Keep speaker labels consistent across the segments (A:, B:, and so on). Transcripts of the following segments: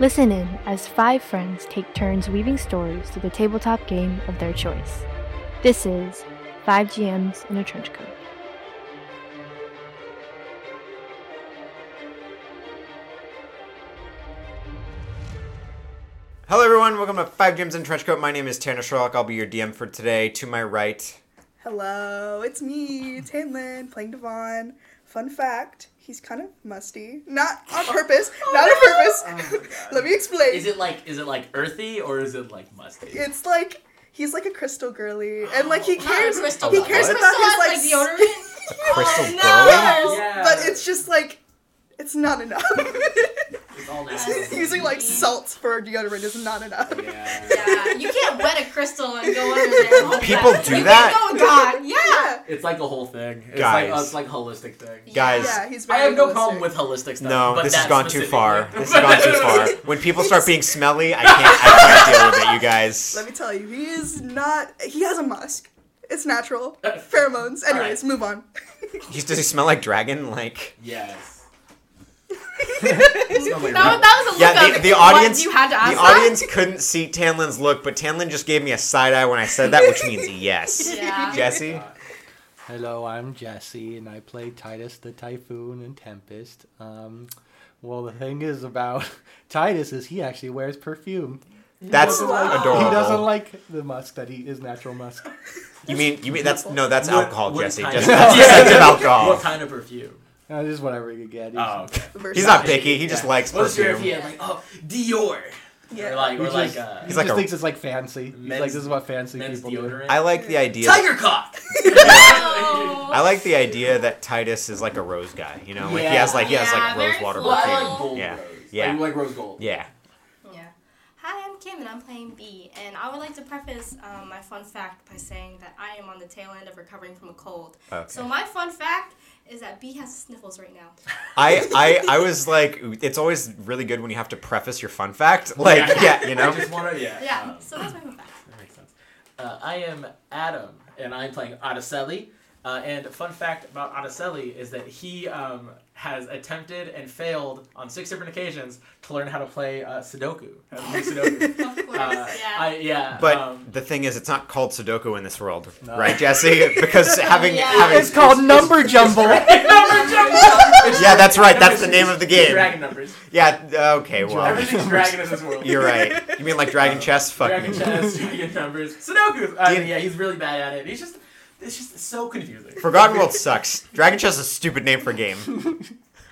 A: Listen in as five friends take turns weaving stories to the tabletop game of their choice. This is Five GMs in a Trench Coat.
B: Hello, everyone. Welcome to Five Gyms and Trenchcoat. My name is Tanner Sherlock. I'll be your DM for today. To my right,
C: Hello, it's me, Tanlin, playing Devon. Fun fact, he's kind of musty. Not on
D: Oh.
C: purpose, not on purpose. Let me explain.
D: Is it like is it like earthy or is it like musty?
C: it's like he's like a crystal girly. And like he
D: Oh,
E: Not
C: cares
E: a crystal
C: he
E: girl.
C: cares
B: What?
C: about
E: Crystal
C: his
E: has,
C: like,
E: like,
C: s-
E: deodorant?
B: a crystal
E: no.
B: girl.
D: Yeah.
C: But it's just like it's not enough.
D: It's all natural.
C: Using like salts for deodorant is not enough.
D: yeah.
E: Yeah, you can't wet a crystal and go under there. and hope
B: People
E: that-
B: do
E: you
B: that?
E: Can't go, God, yeah.
D: It's like a whole thing. It's
B: Guys.
D: like a, it's like a holistic thing.
B: Guys,
C: Yeah, he's
D: I
C: very
D: have no
C: holistic.
D: problem with holistic stuff.
B: no,
D: but
B: this has
D: that
B: gone too far.
D: specifically-
B: This has gone too far. When people start being smelly, I can't, I can't deal with it, you guys.
C: Let me tell you, he is not he has a musk. It's natural.
D: Uh,
C: Pheromones. Anyways, move on.
B: He's, does he smell like dragon? Like,
D: yes. Oh
E: That, that was a look
B: yeah,
E: up.
B: the, the
E: What,
B: audience,
E: you had to ask
B: the audience couldn't see Tanlin's look, but Tanlin just gave me a side eye when I said that, which means yes.
E: That? Yeah.
B: Jesse,
F: Hello, I'm Jesse, and I play Titus the Typhoon and Tempest. Um, well, the thing is about Titus is he actually wears perfume.
B: that's
C: Wow.
B: adorable.
F: He doesn't like the musk that he is natural musk.
B: you mean you mean that's no, that's
D: What-
B: alcohol,
D: what
B: Jesse.
D: kind
B: Just
D: of-
B: that's the scent of
D: What
B: alcohol.
D: kind of perfume?
F: Uh, just whatever he could get. He's-
D: Oh, okay.
B: He's not
C: Versace.
B: picky. He just
F: Yeah.
B: likes
D: Wasn't sure if
B: perfume.
D: he had like oh Dior
C: Yeah.
D: or like
F: He
D: or
F: just,
D: like
F: he
D: uh,
B: He's like
F: just
B: a-
F: thinks it's like fancy. He's
D: Men's-
F: like this is what fancy
D: men's
F: people do.
D: deodorant.
B: I like the idea.
D: Tiger cock.
E: No.
B: I like the idea that Titus is like a rose guy, you know, like he
F: Yeah.
B: has like he has
E: Yeah,
B: like
E: very
B: rose water
D: Well,
E: floral.
D: I
B: perfume.
D: like gold
B: Yeah.
D: rose.
B: Yeah.
D: Like, you like rose gold.
B: Yeah,
E: Yeah. Hi, I'm Kim and I'm playing B. And I would like to preface um, my fun fact by saying that I am on the tail end of recovering from a cold.
B: Okay.
E: So my fun fact is that B has sniffles right now.
B: I, I I was like, it's always really good when you have to preface your fun fact, like yeah, you know.
D: I just want to yeah.
E: Yeah.
D: um,
E: So that's my fun fact.
D: That makes sense. Uh, I am Adam, and I'm playing Otiselli. Uh, and fun fact about Otiselli is that he um, has attempted and failed on six different occasions to learn how to play uh, Sudoku. How to do Sudoku.
E: Of course.
D: Uh,
E: yeah.
D: I, yeah.
B: But
D: um,
B: the thing is, it's not called Sudoku in this world,
F: No.
B: right, Jesse? Because having
E: Yeah.
B: having
F: It's called number jumble.
D: number jumble!
B: yeah, that's right. That's the name of the game.
D: Dragon numbers.
B: Yeah. Okay. Well,
D: Everything's dragon in this world.
B: you're right. You mean like dragon chess? Fuck
D: dragon
B: me.
D: chess, dragon numbers. Sudoku. Uh,
B: Did-
D: yeah, he's really bad at it. He's just, it's just so confusing.
B: Forgotten World sucks. Dragon chess is a stupid name for a game.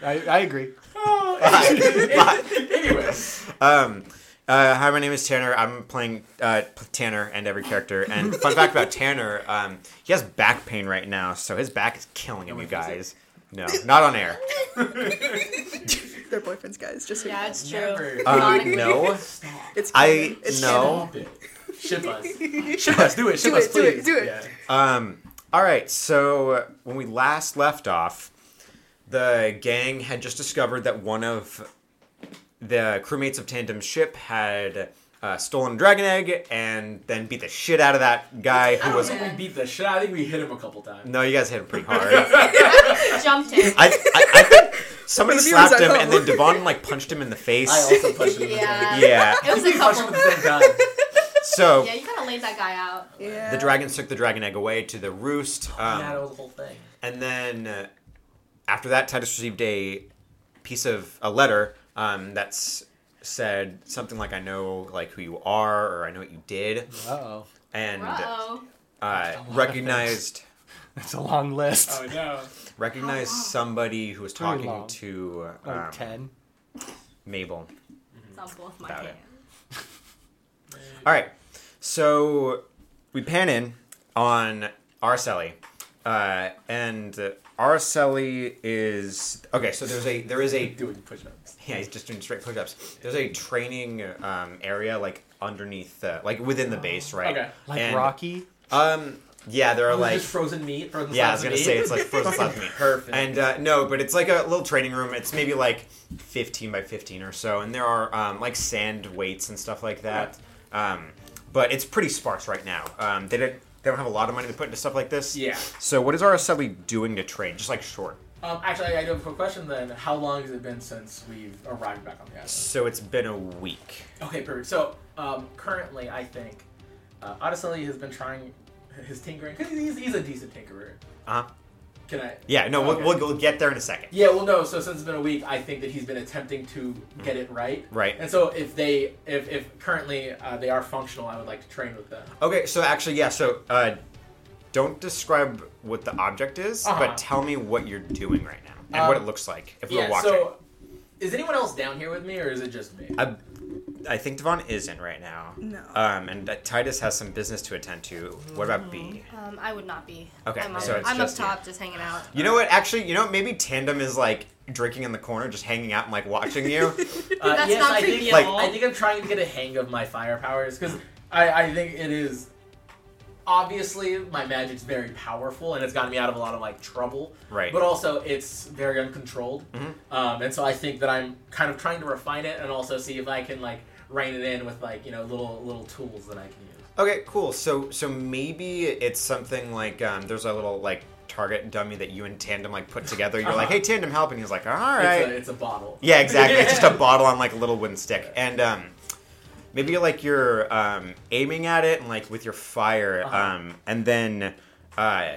F: I, I agree.
B: Bye.
D: anyway.
B: Um, uh, hi, my name is Tanner. I'm playing uh, p- Tanner and every character. And fun fact about Tanner, um, he has back pain right now, so his back is killing him, you guys. No, not on air.
C: They're boyfriends, guys. Just so you
E: yeah,
C: know.
E: it's true.
D: Never.
B: Uh,
E: Sonically.
B: no.
D: Stop.
C: It's
B: I-
C: canon. It's
B: no.
C: canon.
D: Stop it. Ship us. Ship us. Do it. Ship
C: Do
D: us,
C: it, do it,
D: please.
C: do it.
B: Um, all right, so uh, when we last left off, the gang had just discovered that one of the crewmates of Tandem's ship had uh, stolen a dragon egg and then beat the shit out of that guy
D: I
B: who
E: Oh,
D: don't
B: was.
D: think we beat the shit. out. I think we hit him a couple times.
B: No, you guys hit him pretty hard.
E: I jumped him.
B: I, I, I think somebody
C: For the viewers
B: slapped
C: at
B: him and then
C: home.
B: Devon like punched him in the face.
D: I also punched him.
E: Yeah.
B: yeah.
E: It was
D: We
E: a
D: punched him at
E: couple.
D: the same time.
B: So
E: Yeah, you kind of laid that guy out.
C: Yeah.
B: the dragons took the dragon egg away to the roost,
D: yeah, that
B: um,
D: was the whole thing.
B: and then uh, after that, Titus received a piece of a letter um, that's said something like "I know like who you are" or "I know what you did,"
F: Uh oh,
B: and
E: Uh-oh.
B: uh, recognized
F: that's a long list.
D: Oh no.
B: recognized
E: How long?
B: somebody who was
F: Pretty
B: talking
F: long.
B: to
F: like
B: um,
F: ten.
B: Mabel.
E: It's on both my
B: About
E: hands.
B: All right. So we pan in on Araceli. Uh, and Araceli is okay. So there's a there is a
D: Doing push-ups.
B: yeah. He's just doing straight push-ups. There's a training um, area like underneath the like within the base, right?
D: Okay.
F: Like
B: And,
F: Rocky.
B: Um. Yeah. There are
D: It was
B: like
D: just frozen meat. Frozen
B: yeah. I was
D: slabs of
B: gonna
D: meat.
B: say it's like frozen slabs of meat.
D: Perfect.
B: And uh, no, but it's like a little training room. It's maybe like 15 by 15 or so, and there are um, like sand weights and stuff like that. Um, but it's pretty sparse right now. Um, they didn't. They don't have a lot of money to put into stuff like this.
D: Yeah.
B: So what is RSW doing to train? Just like short
D: Um, actually, I do have a quick question then. How long has it been since we've arrived back on the island?
B: So it's been a week.
D: Okay, perfect. So um, currently, I think uh, Odyssey has been trying his tinkering because he's, he's a decent tinkerer.
B: Uh huh.
D: Can I?
B: Yeah, no, we'll,
D: Okay.
B: we'll, we'll get there in a second.
D: Yeah, well, no. So since it's been a week, I think that he's been attempting to get it right.
B: Right.
D: And so if they, if if currently uh, they are functional, I would like to train with them.
B: Okay, so actually, yeah, so uh, don't describe what the object is,
D: Uh-huh.
B: but tell me what you're doing right now and what
D: Um,
B: it looks like if we're
D: Yeah.
B: watching.
D: So is anyone else down here with me, or is it just me?
B: I, I think Devon isn't right now.
C: No.
B: Um, and uh, Titus has some business to attend to. What about B?
E: Um, I would not be.
B: Okay,
E: I'm up,
B: so it's
E: I'm
B: just you.
E: up top, just hanging out.
B: You know what? Actually, you know what? Maybe Tandem is like drinking in the corner, just hanging out and like watching you.
D: Uh,
E: That's
D: yes,
E: not
D: I
E: creepy
D: think,
E: at
B: Like-
E: all.
D: I think I'm trying to get a hang of my fire powers because I, I think it is obviously my magic's very powerful and it's gotten me out of a lot of like trouble.
B: Right.
D: But also it's very uncontrolled,
B: Mhm.
D: um, and so I think that I'm kind of trying to refine it and also see if I can like rein it in with like you know little little tools that I can use.
B: okay, cool. So so maybe it's something like um, there's a little like target dummy that you and Tandem like put together. You're like,
D: Uh-huh.
B: hey, Tandem, help, and he's like, all right.
D: It's, a, it's a bottle.
B: Yeah, exactly. It's just a
D: Yeah.
B: bottle on like a little wooden stick, and um, maybe like you're um, aiming at it and like with your fire,
D: Uh-huh.
B: um, and then uh,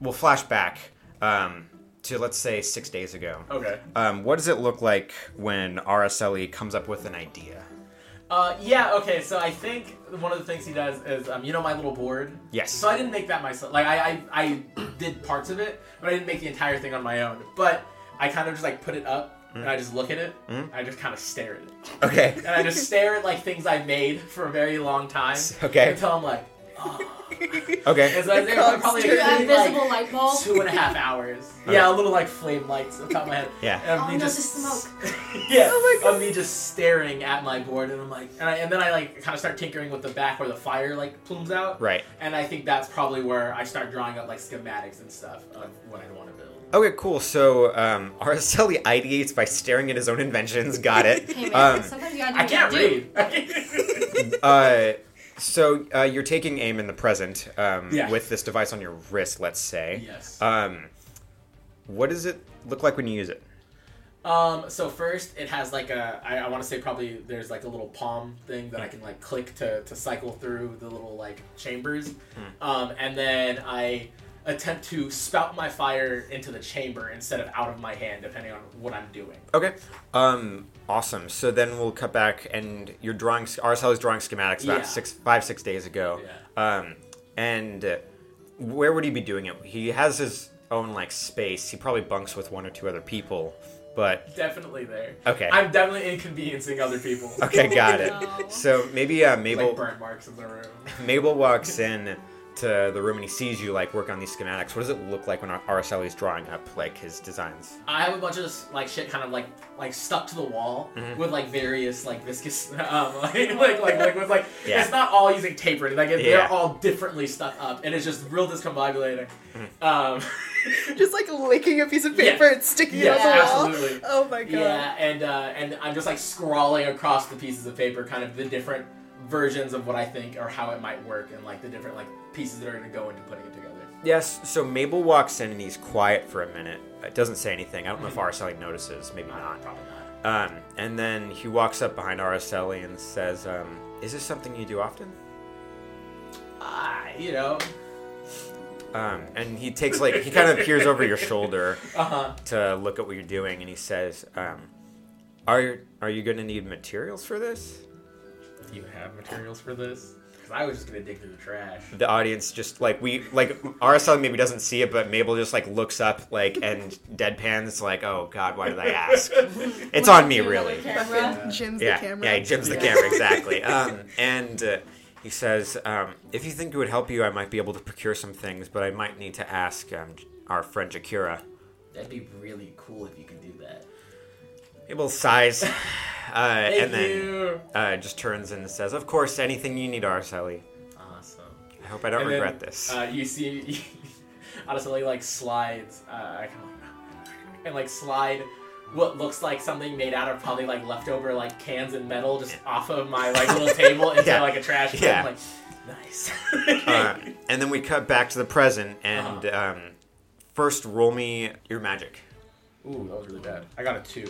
B: we'll flash back um, to let's say six days ago.
D: Okay.
B: Um, what does it look like when RSLE E comes up with an idea?
D: Uh, yeah, okay, so I think one of the things he does is, um, you know, my little board?
B: Yes.
D: So I didn't make that myself. Like, I, I, I did parts of it, but I didn't make the entire thing on my own. But I kind of just, like, put it up, and I just look at it, and I just kind of stare at it.
B: Okay.
D: And I just stare at, like, things I made for a very long time.
B: Okay.
D: Until I'm like, oh.
B: Okay.
D: And so I think I'm probably
C: Constant.
D: like,
E: An invisible light bulb.
D: two and a half hours.
B: Okay.
D: Yeah, a little, like, flame lights on top of my head.
B: Yeah.
D: And
E: Oh,
D: me
E: no,
D: just
E: the smoke.
D: yeah,
C: Oh my
D: of me just staring at my board, and I'm like, and, I, and then I like kind of start tinkering with the back where the fire like plumes out,
B: Right.
D: and I think that's probably where I start drawing up like schematics and stuff of what I want to build.
B: Okay, cool. So um, RSLE ideates by staring at his own inventions. Got it.
E: Hey, man,
B: Um,
E: sometimes you gotta do
D: I
E: what
D: can't
E: you gotta
D: read.
B: Uh, so uh, you're taking aim in the present um,
D: Yeah.
B: with this device on your wrist, let's say.
D: yes.
B: Um, what does it look like when you use it?
D: Um, so first it has like a I, I want to say probably there's like a little palm thing that I can like click to to cycle through the little like chambers,
B: Hmm.
D: um, and then I attempt to spout my fire into the chamber instead of out of my hand depending on what I'm doing.
B: Okay. Um, awesome. So then we'll cut back, and you're drawing. RSL is drawing schematics about
D: Yeah.
B: six, five, six days ago. Um, and uh, where would he be doing it? He has his own like space. He probably bunks with one or two other people, but
D: Definitely there.
B: Okay.
D: I'm definitely inconveniencing other people.
B: okay, got it.
E: No.
B: So maybe uh, Mabel.
D: Like burn marks in the room.
B: Mabel walks in to the room and he sees you like work on these schematics. What does it look like when RSL is drawing up like his designs?
D: I have a bunch of like shit kind of like like stuck to the wall
B: Mm-hmm.
D: with like various like viscous um like like like, like with like
B: Yeah.
D: it's not all using tape or anything. Like
B: Yeah.
D: they're all differently stuck up and it's just real discombobulating.
B: Mm-hmm.
D: Um
C: Just like licking a piece of paper
D: Yes.
C: and sticking
D: Yes,
C: it on the
D: absolutely.
C: wall. Oh my god.
D: Yeah, and uh, and I'm just like scrawling across the pieces of paper, kind of the different versions of what I think or how it might work, and like the different like pieces that are gonna go into putting it together.
B: Yes, so Mabel walks in and he's quiet for a minute. It doesn't say anything. I don't know if RSL notices, maybe not.
D: Probably not.
B: Um, and then he walks up behind RSL and says, um, Is this something you do often?
D: Ah, you know.
B: Um, and he takes like, he kind of peers over your shoulder
D: Uh huh.
B: to look at what you're doing and he says, um, are, are you going to need materials for this?
D: Do you have materials for this? Because I was just gonna dig through the trash.
B: the audience just like we like RSL maybe doesn't see it, but Mabel just like looks up like and deadpans like, oh god, why did I ask? It's on me,
E: do.
B: really.
E: Camera.
C: Jim's
B: Yeah,
C: the camera.
B: yeah, he jibs the
D: Yeah.
B: camera exactly. Um, and uh, he says, um, if you think it would help you, I might be able to procure some things, but I might need to ask um, our friend Akira.
D: That'd be really cool if you could do that.
B: Mabel sighs, uh,
D: Thank
B: and then
D: you.
B: uh, just turns and says, of course, anything you need, RSL.
D: Awesome.
B: E. I hope I don't
D: And then,
B: regret this.
D: Uh, you see, honestly, like slides. Uh, I kinda like- and like slide what looks like something made out of probably like leftover like cans and metal just off of my like little table into
B: Yeah.
D: like a trash can.
B: Yeah.
D: Like, nice.
B: Uh,
D: Uh-huh.
B: and then we cut back to the present and um, first roll me your magic
D: Ooh, that was really bad. I got a two.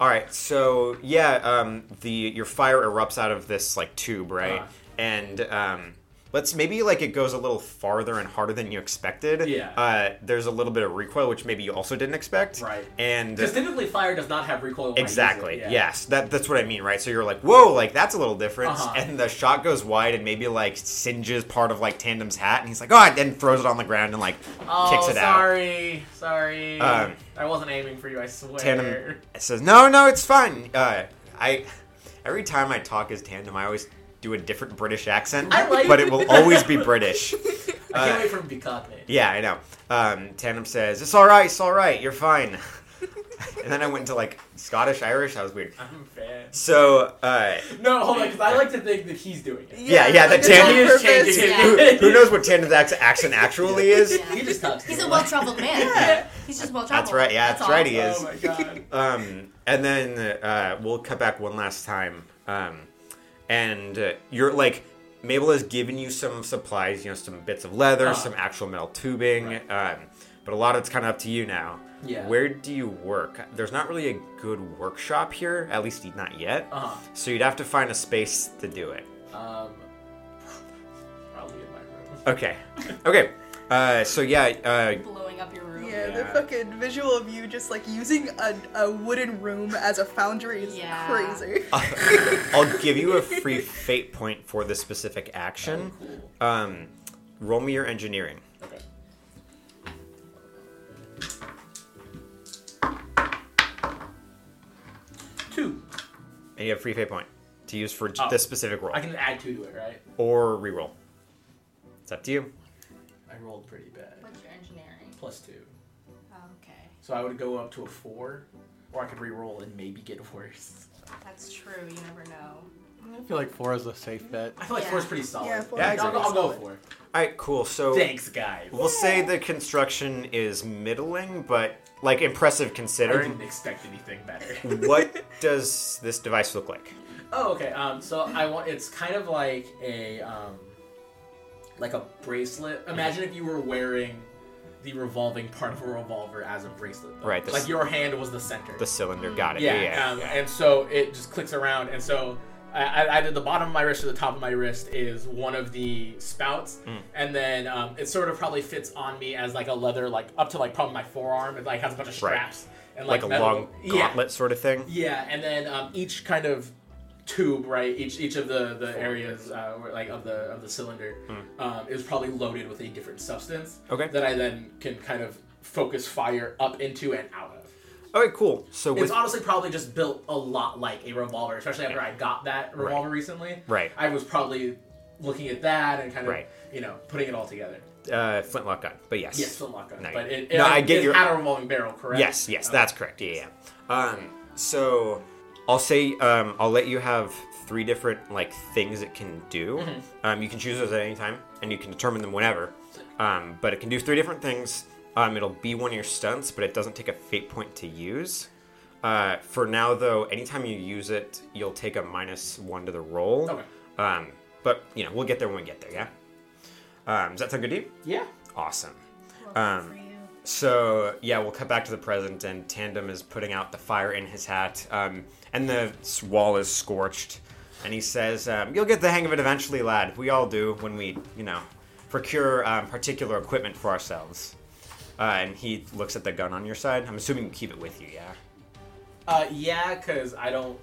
B: All right, so yeah, um, the your fire erupts out of this like tube, right?
D: Uh-huh.
B: And um, let's maybe like it goes a little farther and harder than you expected.
D: Yeah.
B: Uh, there's a little bit of recoil, which maybe you also didn't expect.
D: Right.
B: And
D: Because typically fire does not have recoil. when I use it.
B: exactly.
D: Yeah.
B: Yes. That that's what I mean, right? So you're like, whoa, like that's a little different.
D: Uh-huh.
B: And the shot goes wide and maybe like singes part of like Tandem's hat, and he's like, oh, and throws it on the ground and like
D: Oh,
B: kicks it out.
D: sorry, sorry.
B: Um,
D: I wasn't aiming for you. I swear.
B: Tandem says, "No, no, it's fine." Uh, I every time I talk as Tandem, I always do a different British accent,
D: I like
B: but
D: it.
B: it will always be British.
D: I can't
B: uh,
D: wait for him to be cockney.
B: Yeah, I know. Um, Tandem says, "It's all right, it's all right, you're fine." and then I went to like Scottish Irish. That was weird.
D: I'm a fan.
B: So uh,
D: No, hold on, because I like to think that he's doing it.
B: yeah, yeah,
C: like,
B: that
C: it's on
B: Tammy
D: is
C: purpose.
D: changing
E: Yeah.
B: who, who knows what Tandem's ac- accent actually is?
E: Yeah.
D: He just talks. to
E: He's
D: me
E: a
D: like-
E: well traveled man.
D: Yeah.
E: He's just well traveled.
B: That's right. Yeah, that's, right. He is.
D: Oh my god.
B: Um, and then uh, we'll cut back one last time. Um, and uh, you're like, Mabel has given you some supplies, you know, some bits of leather,
D: Uh-huh.
B: some actual metal tubing.
D: Right.
B: Um, but a lot of it's kind of up to you now.
D: Yeah.
B: Where do you work? There's not really a good workshop here, at least not yet.
D: Uh-huh.
B: So you'd have to find a space to do it.
D: Um, probably in my room.
B: Okay. Okay. Uh, so yeah, uh,
E: Blowing up your room.
C: Yeah, the
B: Yeah.
C: fucking visual of you just like using a, a wooden room as a foundry is
E: Yeah.
C: crazy.
B: I'll give you a free fate point for this specific action.
D: Cool.
B: Um, roll me your engineering.
D: Okay. Two.
B: And you have free fate point to use for j-
D: Oh.
B: this specific roll.
D: I can add two to it, right?
B: Or reroll. It's up to you.
D: I rolled pretty bad.
E: What's your engineering?
D: Plus two.
E: Oh, okay.
D: So I would go up to a four, or I could re-roll and maybe get worse.
E: That's true. You never know.
F: I feel like four is a safe bet.
D: I feel like
E: Yeah.
D: four's pretty solid.
C: Yeah, four
B: Yeah,
C: is
B: I'll go-
D: I'll,
C: pretty
D: go
C: solid.
D: for it.
B: All right, cool. So
D: Thanks, guys.
B: we'll say the construction is middling, but like impressive
D: I
B: considering.
D: didn't expect anything better.
B: what does this device look like?
D: Oh, okay. Um, so I want. It's kind of like a um, like a bracelet.
B: Mm-hmm.
D: Imagine if you were wearing the revolving part of a revolver as a bracelet. though.
B: Right, this-
D: like your hand was the center.
B: The cylinder. Got it.
D: yeah.
B: yeah. yeah.
D: Um, And so it just clicks around, and so. I, I, either the bottom of my wrist or the top of my wrist is one of the spouts,
B: Mm.
D: and then um, it sort of probably fits on me as like a leather, like up to like probably my forearm. It like has a bunch of
B: Right.
D: straps and
B: like,
D: like,
B: a
D: metal-
B: long
D: yeah,
B: gauntlet sort of thing.
D: yeah, and then um, each kind of tube, right? Each each of the the areas, uh, where, like of the of the cylinder, um, is probably loaded with a different substance.
B: Hmm. Okay.
D: That I then can kind of focus fire up into and out of.
B: All right, cool. So
D: It's
B: with
D: honestly probably just built a lot like a revolver, especially after I got that revolver recently.
B: Right.
D: I was probably looking at that and kind of
B: Right.
D: you know putting it all together.
B: uh, flintlock gun, but yes.
D: Yes, film lock gun.
B: No,
D: but
B: you-
D: it, it,
B: no, I get
D: it
B: your-
D: had a revolving barrel, correct?
B: Yes, yes,
D: Okay.
B: that's correct. Yeah, yeah. Um, so I'll say um, I'll let you have three different like things it can do.
D: Mm-hmm.
B: Um, you can choose those at any time, and you can determine them whenever. Um, but it can do three different things. Um, it'll be one of your stunts, but it doesn't take a fate point to use. Uh, for now, though, anytime you use it, you'll take a minus one to the roll.
D: Okay.
B: Um, but you know, we'll get there when we get there. Yeah. Um, does that sound good to you?
D: yeah.
B: Awesome.
E: Well,
B: Um,
E: good for you.
B: So yeah, we'll cut back to the present, and Tandem is putting out the fire in his hat, um, and the s- wall is scorched. And he says, um, "You'll get the hang of it eventually, lad. We all do when we, you know, procure um, particular equipment for ourselves." Uh, and he looks at the gun on your side. I'm assuming you keep it with you, yeah,
D: Uh, yeah, because I don't,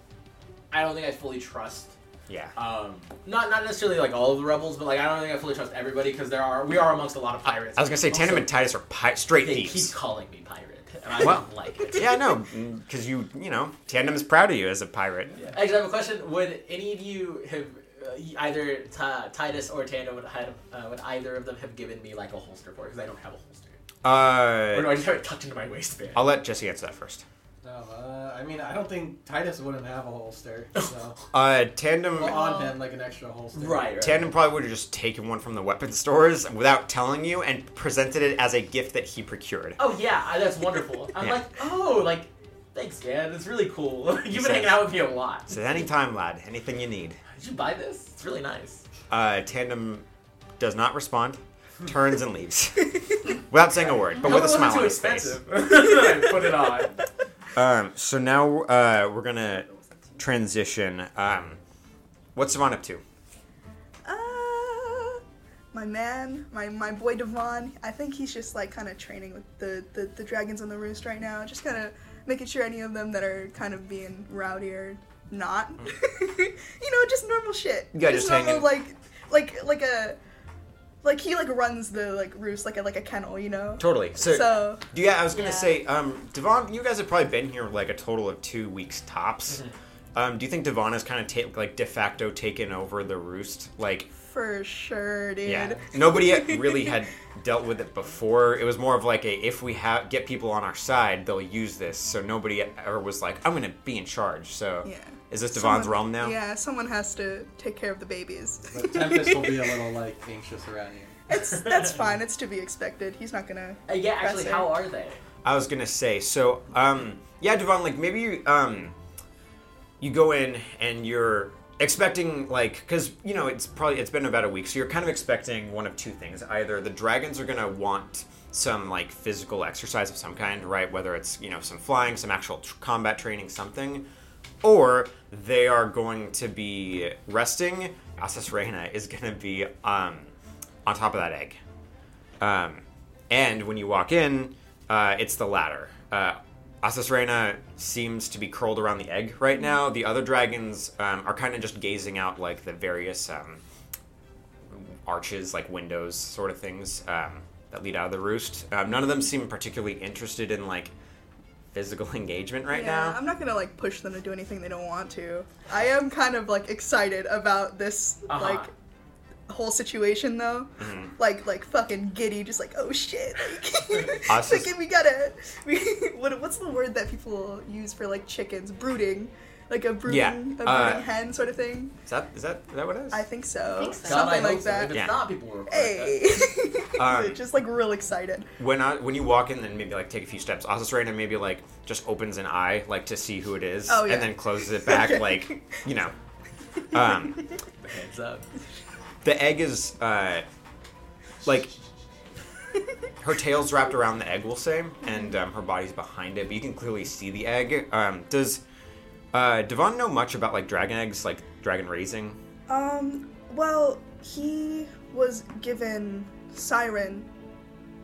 D: I don't think I fully trust.
B: yeah.
D: Um, not not necessarily like all of the rebels, but like I don't think I fully trust everybody because there are we are amongst a lot of pirates.
B: I was gonna say Tandem and
D: Also,
B: Titus are pi- straight
D: They
B: thieves.
D: keep calling me pirate, and I
B: Well-
D: don't like it.
B: yeah, no, because you, you know, Tandem is proud of you as a pirate.
D: Actually, I have a question. Would any of you have uh, either Ti- Titus or Tandem would have uh, would either of them have given me like a holster for it? Because I don't have a holster, or do
B: Uh,
D: I just have it tucked into my waistband?
B: I'll let Jesse answer that first.
F: No, uh, I mean, I don't think Titus wouldn't have a holster. So.
B: Uh, Tandem.
F: well, on him, like an extra holster.
D: right, right.
B: Tandem probably would have just taken one from the weapon stores without telling you and presented it as a gift that he procured.
D: Oh yeah, I- that's wonderful. I'm
B: Yeah.
D: like, oh, like, thanks, Dad. It's really cool. You've
B: Exactly.
D: been hanging out with me a lot.
B: So anytime, lad, anything you need.
D: Did you buy this? It's really nice.
B: Uh, Tandem does not respond, turns and leaves. without saying a word, but
D: Hope
B: with
D: it
B: a
D: wasn't
B: smile
D: too
B: on his face.
D: expensive. I put it on.
B: Um, so now uh, we're gonna transition. Um, what's Savon up to?
C: Uh, my man, my my boy Devon. I think he's just like kind of training with the, the the dragons on the roost right now, just kind of making sure any of them that are kind of being rowdy or not, you know, just normal shit.
B: Yeah, Mm. just
C: normal
B: hanging.
C: like like like a like he like runs the like roost like a like a kennel, you know.
B: Totally. So,
C: So
B: yeah, I was gonna
E: Yeah.
B: say, um, Devon, you guys have probably been here like a total of two weeks tops. Um, do you think Devon has kind of ta- like de facto taken over the roost? Like,
C: for sure, dude.
B: yeah, nobody had- really had dealt with it before. It was more of like a if we have get people on our side, they'll use this. So nobody e-, ever was like, I'm gonna be in charge. So
C: Yeah.
B: is this Devon's
C: Someone-
B: realm now?
C: Yeah, someone has to take care of the babies.
F: But Tempest will be a little like anxious around here.
C: It's that's fine. It's to be expected. He's not gonna.
D: Uh, yeah, actually,
C: Impressive.
D: how are they?
B: I was gonna say, so um yeah, Devon, like maybe you um you go in and you're expecting like because you know it's probably it's been about a week so you're kind of expecting one of two things either the dragons are going to want some like physical exercise of some kind right whether it's you know some flying some actual tr- combat training something or they are going to be resting Asus Reina is going to be um on top of that egg um, and when you walk in, uh, it's the latter. Uh, Asus Reina seems to be curled around the egg right now. The other dragons um, are kind of just gazing out like the various um, arches, like windows, sort of things um, that lead out of the roost. Um, none of them seem particularly interested in like physical engagement right
C: yeah,
B: now.
C: I'm not gonna like push them to do anything they don't want to. I am kind of like excited about this
D: Uh-huh.
C: like whole situation though.
B: Mm-hmm.
C: Like like fucking giddy, just like oh shit. Like,
B: Us is-
C: fucking we gotta. We, what, what's the word that people use for like chickens brooding? Like a brooding,
B: Yeah,
C: a brooding
B: uh,
C: hen sort of thing.
B: Is that is that is that what it is?
C: I think so.
E: I think so.
D: God,
C: Something
D: I hope
C: like
D: so. If
C: that.
D: it's
B: Yeah.
D: not, people will report
C: Hey,
B: Um,
C: just like real excited.
B: when I, when you walk in, then maybe like take a few steps. Asus Reina maybe like just opens an eye like to see who it is,
C: Oh, yeah.
B: and then closes it back like you know. Um,
D: that. Hands up.
B: the egg is uh, like her tail's wrapped around the egg, we'll say, and um, her body's behind it, but you can clearly see the egg. Um, does uh, Devon know much about like dragon eggs, like dragon raising?
C: Um, well, he was given Siren,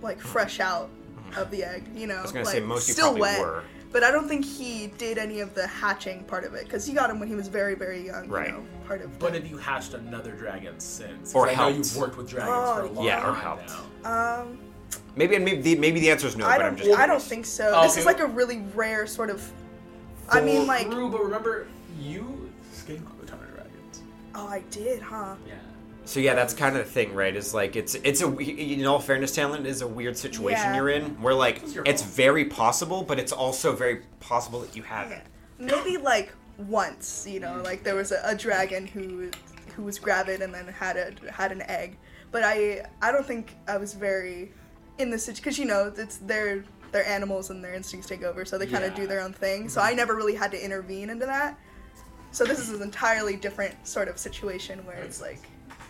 C: like, fresh out of the egg, you know.
B: I was gonna
C: like,
B: say most you
C: still
B: probably
C: wet.
B: were.
C: But I don't think he did any of the hatching part of it, because he got him when he was very, very young,
B: Right.
C: you know, part of
D: But
C: the-
D: have you hatched another dragon since? 'Cause
B: Or
D: I know
B: helped.
D: you've worked with dragons for a
C: Oh,
D: long
B: yeah, or
D: time
B: helped.
D: now.
C: Um,
B: Maybe and maybe the, maybe the answer is no,
C: I
B: but
C: don't,
B: I'm just
C: I don't
B: curious.
C: think so.
D: Oh,
C: this
D: okay,
C: is,
D: well-
C: like, a really rare sort of... I mean,
D: Full
C: like,
D: through, but remember, you skin with a ton of dragons.
C: oh, I did, huh?
D: Yeah.
B: So yeah, that's kind of the thing, right? Is like it's it's a we- in all fairness, Talon is a weird situation
C: Yeah.
B: you're in where like
D: It's your
B: it's
D: fault.
B: very possible, but it's also very possible that you haven't.
C: Maybe, like, once, you know, like, there was a, a dragon who who was gravid and then had a had an egg. But I I don't think I was very in this situation because you know it's their their animals and their instincts take over, so they kind of
D: Yeah.
C: do their own thing. So I never really had to intervene into that. So this is an entirely different sort of situation where it's like,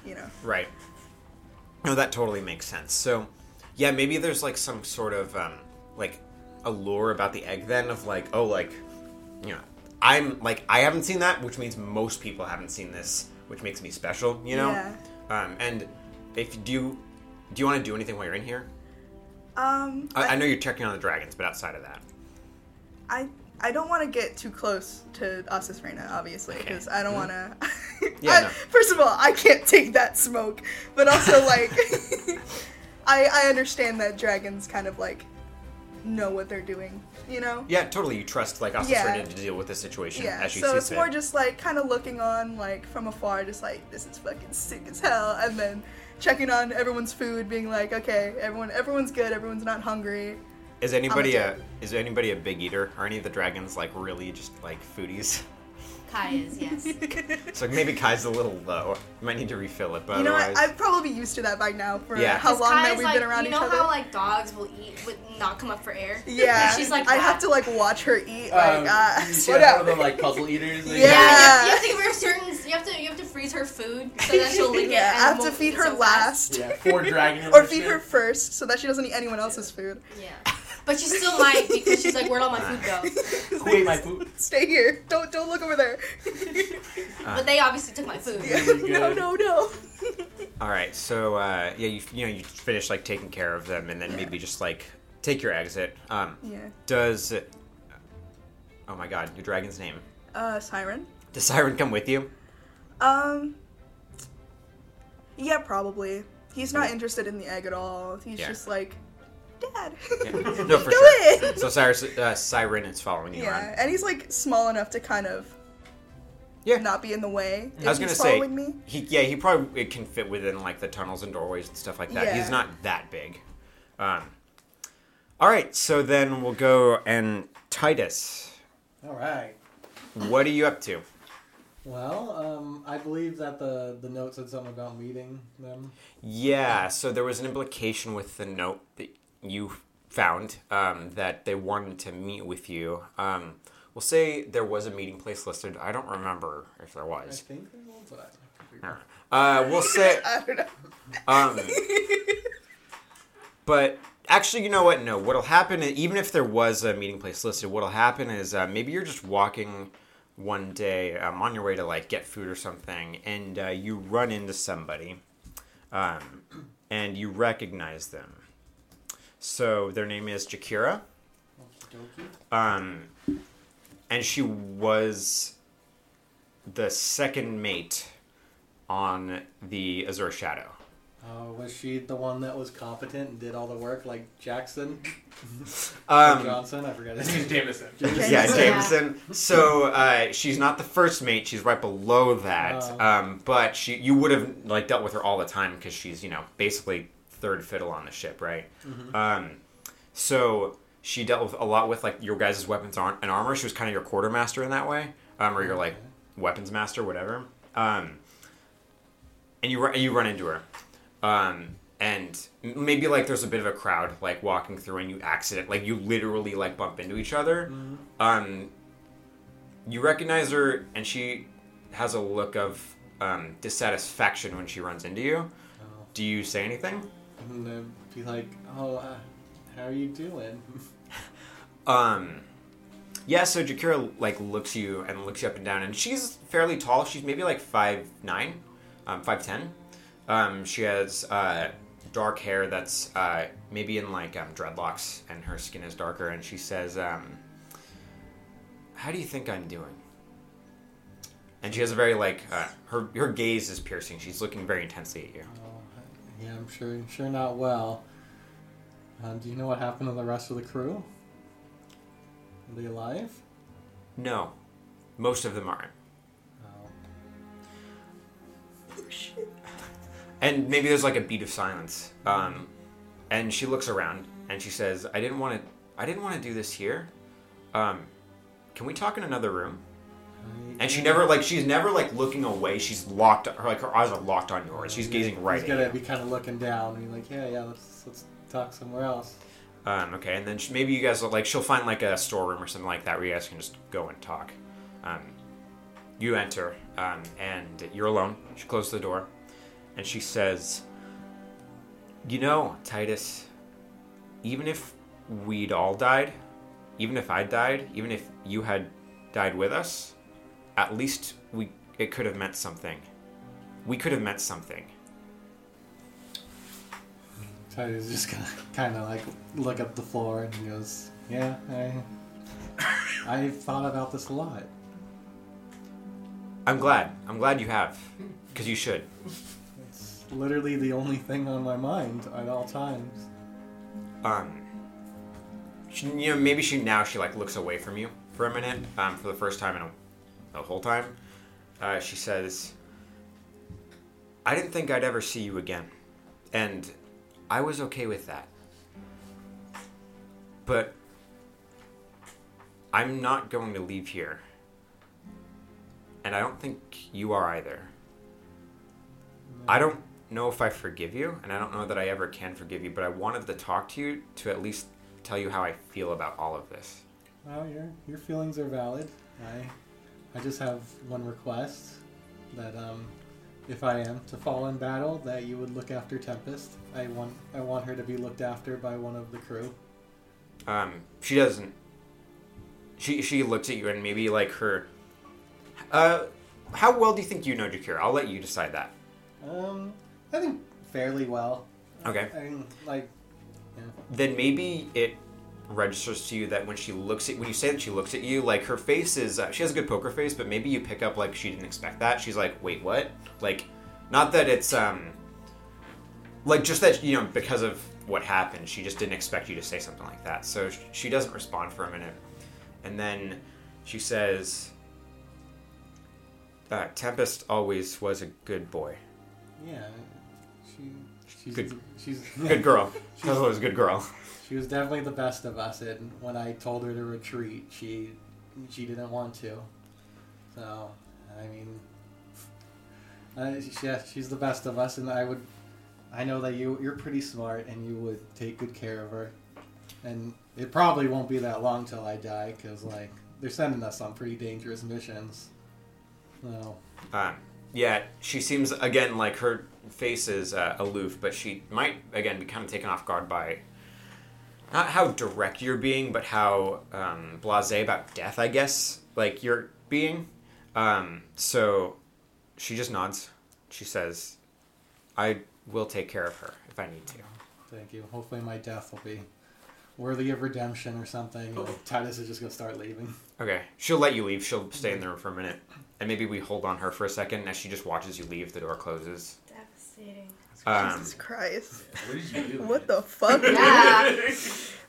C: you know,
B: Right. No, that totally makes sense. So, yeah, maybe there's like some sort of um, like allure about the egg then of like, oh, like, you know, I'm like, I haven't seen that, which means most people haven't seen this, which makes me special, you know?
C: Yeah.
B: Um, and if you do, do you want to do anything while you're in here?
C: um,
B: I, I know you're checking on the dragons, but outside of that.
C: I I don't want to get too close to Asus Reina, obviously, because I don't want to.
B: Mm-hmm. Yeah, no.
C: First of all, I can't take that smoke, but also like, I I understand that dragons kind of like know what they're doing, you know.
B: Yeah, totally. You trust like us
C: Yeah.
B: to deal with this situation
C: Yeah,
B: as she
C: so
B: sees
C: it's
B: fit.
C: more just like kind of looking on like from afar, just like this is fucking sick as hell, and then checking on everyone's food, being like, okay, everyone, everyone's good, everyone's not hungry.
B: is anybody
C: I'm a
B: a is anybody a big eater? Are any of the dragons like really just like foodies?
E: Kai is, yes.
B: So maybe Kai's a little low. You might need to refill it, but
C: You know,
B: otherwise,
C: what? I'd probably be used to that by now for
B: Yeah.
C: how
E: 'Cause
C: long that
E: Kai's
C: we've
E: like,
C: been around each
E: you know
C: other.
E: how like dogs will eat would not come up for air.
C: Yeah,
E: she's like
C: I
E: that.
C: have to like watch her eat. Like,
D: Um,
C: ah,
D: you see
C: slow
D: that one
C: down.
D: of the like puzzle eaters.
C: Yeah.
E: You have to give her a certain. You have to. You have to freeze her food so that she'll lick it.
C: yeah, I
E: and
C: have to
E: won't
C: feed
E: eat
C: her
E: so fast.
C: last.
D: Yeah, four dragon.
C: or feed her first so that she doesn't eat anyone else's food.
E: Yeah, but she still might because she's like, where'd all my food go?
D: Who ate my food?
C: Stay here. Don't don't look over there.
B: Uh,
E: But they obviously took my food.
C: Yeah.
D: Really
C: no,
D: good.
C: no, no.
B: All right, so uh, yeah, you you know you finish like taking care of them, and then maybe just like take your exit. Um,
C: Yeah.
B: does uh, oh my god, your dragon's name?
C: Uh, siren.
B: Does Siren come with you?
C: Um. Yeah, probably. He's not interested in the egg at all. He's
B: Yeah.
C: just like, Dad.
B: Yeah. No, for
C: Go
B: sure.
C: in!
B: So Cyrus, uh, Siren is following you
C: yeah,
B: around.
C: and he's like small enough to kind of
B: Yeah,
C: not be in the way. If
B: I was
C: he's
B: gonna say
C: following me.
B: he yeah he probably it can fit within like the tunnels and doorways and stuff like that.
C: Yeah.
B: He's not that big. Um, all right, so then we'll go and Titus.
F: All right.
B: What are you up to?
F: Well, um, I believe that the the note said something about meeting them.
B: Yeah, so there was an implication with the note that you found um, that they wanted to meet with you. Um, we'll say there was a meeting place listed. I don't remember if there
F: I
B: was.
F: think there was, but I could be wrong.
B: Uh, we'll say.
C: I don't know.
B: Um, but actually, you know what? No, what'll happen, even if there was a meeting place listed, what'll happen is uh, maybe you're just walking one day um, on your way to like get food or something, and uh, you run into somebody, um, and you recognize them. So their name is Jakira,
F: Okey-dokey.
B: um, and she was the second mate on the Azure Shadow.
F: Oh, was she the one that was competent and did all the work, like Jackson or
B: Um,
F: Johnson? I forgot
D: This
F: his
D: is
F: name.
D: Jameson.
B: Yeah,
C: Yeah.
B: Jameson. So uh, she's not the first mate; she's right below that.
F: Oh.
B: Um, but she, you would have like dealt with her all the time because she's you know basically third fiddle on the ship, right? Um, so she dealt with a lot with like your guys' weapons ar- and armor. She was kind of your quartermaster in that way, um, or your like weapons master, whatever. Um, and you run, you run into her, um, and m- maybe like there's a bit of a crowd like walking through, and you accident like you literally like bump into each other. Um, you recognize her, and she has a look of um, dissatisfaction when she runs into you.
F: Oh.
B: Do you say anything?
F: And then be like, oh, uh, how are you doing?
B: Um, yeah. So Jakira like looks you and looks you up and down, and she's fairly tall. She's maybe like five nine, um, five ten. Um, she has uh, dark hair that's uh, maybe in like um, dreadlocks, and her skin is darker. And she says, um, "How do you think I'm doing?" And she has a very like uh, her her gaze is piercing. She's looking very intensely at you.
F: oh, yeah, I'm sure, I'm sure not well. Uh, do you know what happened to the rest of the crew? Are they alive?
B: No, most of them aren't.
F: Oh.
B: And maybe there's like a beat of silence. Um, and she looks around and she says, "I didn't want to. I didn't want to do this here. Um, can we talk in another room?"
F: I-
B: And she never like she's never like looking away. She's locked. Her like her eyes are locked on yours. She's gazing right.
F: He's
B: at
F: gonna
B: you.
F: be kind of looking down and be like, yeah, yeah, let's let's talk somewhere else.
B: Um, okay, and then she, maybe you guys will, like she'll find like a storeroom or something like that where you guys can just go and talk. Um, you enter um, and you're alone. She closes the door, and she says, "You know, Titus, even if we'd all died, even if I died, even if you had died with us, at least we it could have meant something. We could have meant something."
F: Titus is just gonna kind of like look up the floor and he goes, yeah, I I've thought about this a lot.
B: I'm glad. I'm glad you have, because you should.
F: It's literally the only thing on my mind at all times.
B: um she, you know maybe she now she like looks away from you for a minute um for the first time in a, the whole time uh, she says i didn't think i'd ever see you again and i was okay with that but i'm not going to leave here and i don't think you are either I don't know if I forgive you, and I don't know that I ever can forgive you, but I wanted to talk to you to at least tell you how I feel about all of this.
F: Well, your your feelings are valid. I I just have one request that um if I am to fall in battle, that you would look after Tempest. I want I want her to be looked after by one of the crew.
B: Um, she doesn't. She she looks at you and maybe like her. Uh, how well do you think you know Jakira? I'll let you decide that.
F: Um, I think fairly well.
B: Okay.
F: I mean, like
B: Then maybe it registers to you that when she looks at when you say that she looks at you, like her face is uh, she has a good poker face, but maybe you pick up like she didn't expect that. She's like, wait, what? Like, not that it's um, like just that you know because of what happened, she just didn't expect you to say something like that. So sh- she doesn't respond for a minute, and then she says. Uh, Tempest always was a good boy.
F: yeah, she she's
B: Good-
F: she's
B: Good girl. That's always a good girl.
F: She was definitely the best of us, and when I told her to retreat, she she didn't want to. So, I mean, I, yeah, she's the best of us, and I would, I know that you you're pretty smart, and you would take good care of her. And it probably won't be that long till I die, cause like they're sending us on pretty dangerous missions. So,
B: Um, yeah, she seems again like her face is uh, aloof, but she might again be kind of taken off guard by not how direct you're being, but how um, blasé about death, I guess, like you're being. Um, so she just nods. She says, "I will take care of her if I need to."
F: thank you. Hopefully, my death will be worthy of redemption or something. Like, Titus is just gonna start leaving.
B: Okay, she'll let you leave. She'll stay in the room for a minute, and maybe we hold on her for a second as she just watches you leave. The door closes.
E: Devastating.
B: Um,
C: Jesus Christ.
D: What did you do?
C: What the fuck?
E: Yeah.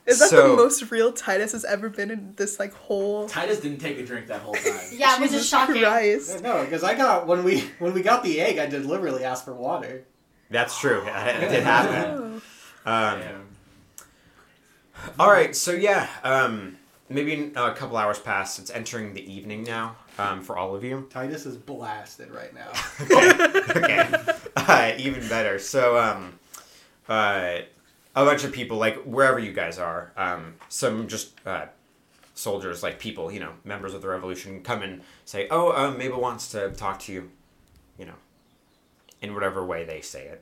C: Is that
B: So-
C: the most real Titus has ever been in this like whole?
D: Titus didn't take a drink that whole time.
E: Yeah, which is
C: Jesus
E: shocking.
F: Yeah,
C: Christ.
F: No, because I got when we when we got the egg, I deliberately asked for water.
B: that's true. it did happen.
C: Oh.
B: Um,
D: Damn.
B: All right, so yeah, um, maybe a couple hours pass. It's entering the evening now um, for all of you.
F: Titus is blasted right now.
B: Okay, uh, even better. So, um, uh, a bunch of people, like wherever you guys are, um, some just uh, soldiers, like people, you know, members of the revolution, come and say, "Oh, uh, Mabel wants to talk to you," you know, in whatever way they say it.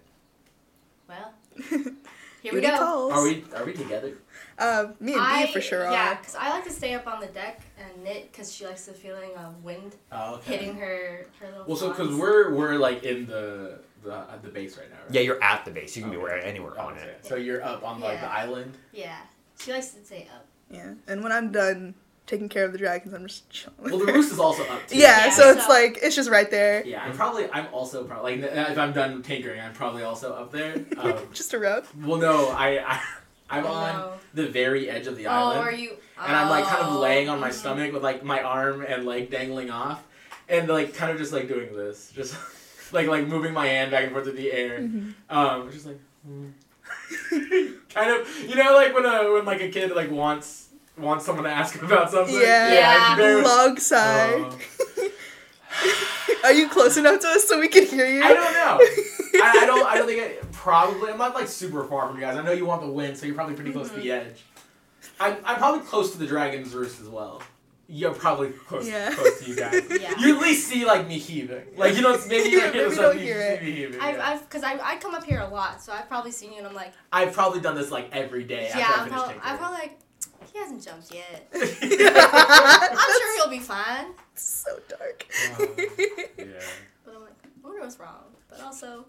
E: Well, here we
C: Booty
E: go.
C: calls.
D: Are we are we together?
C: Uh, me and
E: I,
C: B for sure
E: Yeah,
C: are.
E: because I like to stay up on the deck and knit because she likes the feeling of wind
D: Oh,
E: hitting her, her little
D: Well, so because
E: wands.
D: we're we're like in the the uh, the base right now. Right?
B: Yeah, you're at the base. You can be
D: Okay.
B: where, anywhere on
D: okay.
B: it.
D: So you're up on like the
E: Yeah.
D: island.
E: Yeah, she likes to stay up.
C: Yeah. And when I'm done taking care of the dragons, I'm just chilling.
D: Well, the
C: with her.
D: roost is also up too.
C: Yeah,
E: Yeah,
C: so it's
E: so-
C: like it's just right there.
D: Yeah, I'm probably. I'm also probably. Like, if I'm done tinkering, I'm probably also up there. Um,
C: Just a rope.
D: well, no, I, I I'm
E: Oh,
D: on
E: no.
D: the very edge of the
E: Oh,
D: island,
E: are you?
D: and I'm like kind of
E: oh,
D: laying on my
E: mhm.
D: stomach with like my arm and like dangling off, and like kind of just like doing this, just like like moving my hand back and forth in the air,
B: Mm.
D: um, just like mm. kind of you know like when a when like a kid like wants wants someone to ask him about something.
C: Yeah.
E: Yeah.
D: I'm very-
C: Log sigh.
D: Oh.
C: Are you close enough to us so we can hear you?
D: I don't know. I, I don't. I don't think. I, probably. I'm not like super far from you guys. I know you want the wind, so you're probably pretty close to the
E: Mm-hmm.
D: edge. I'm, I'm probably close to the dragon's roost as well. You're probably close,
C: Yeah.
D: close to you guys.
E: Yeah.
D: You at least see like me heaving. Like you don't. Maybe you
C: Yeah,
D: don't hear
C: maybe
D: this,
C: don't
D: but you
C: hear it.
D: see me heaving.
E: I've,
D: yeah.
E: I've, cause I, I come up here a lot, so I've probably seen you, and I'm like,
D: I've probably done this like every day
E: yeah, I'm
D: after I
E: probably,
D: finish
E: I'm probably like, he hasn't jumped yet.
D: taking.
E: I'm sure he'll be fine.
C: so dark.
D: yeah.
E: But I'm like, I wonder what's wrong. But also,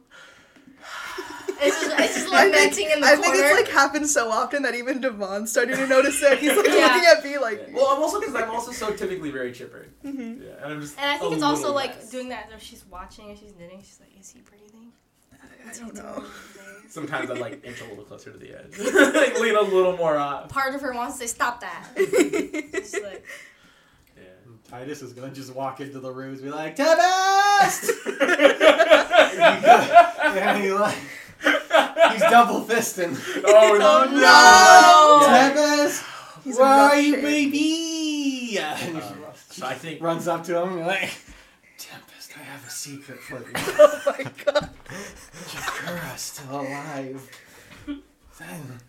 E: it's just, it's just
C: I think-
E: lamenting in the
C: I
E: corner.
C: think it's like happened so often that even Devon started to notice it. He's like
E: Yeah.
C: looking at me like,
D: Well, I'm also because I'm also so typically very chipper.
E: Mm-hmm.
D: Yeah, and I'm just.
E: and I think
D: a
E: it's also
D: little
E: like
D: less.
E: doing that. If she's watching and she's knitting, she's like, is he breathing?
C: I don't know.
D: Sometimes I like inch a little closer to the edge, like lean a little more off.
E: Part of her wants to say, stop that. She's like,
F: Titus is gonna just walk into the room and be like, Tempest!
D: Yeah.
F: and he like, he's double fisting.
D: oh
C: Oh,
D: no!
C: no!
D: Yeah.
F: Tempest,
C: He's
F: where
C: in rough
F: are you,
C: shape.
F: baby? And
D: Um, so I think.
F: he runs up to him and like, Tempest, I have a secret for you.
C: Oh my god.
F: Sakura still alive. Then,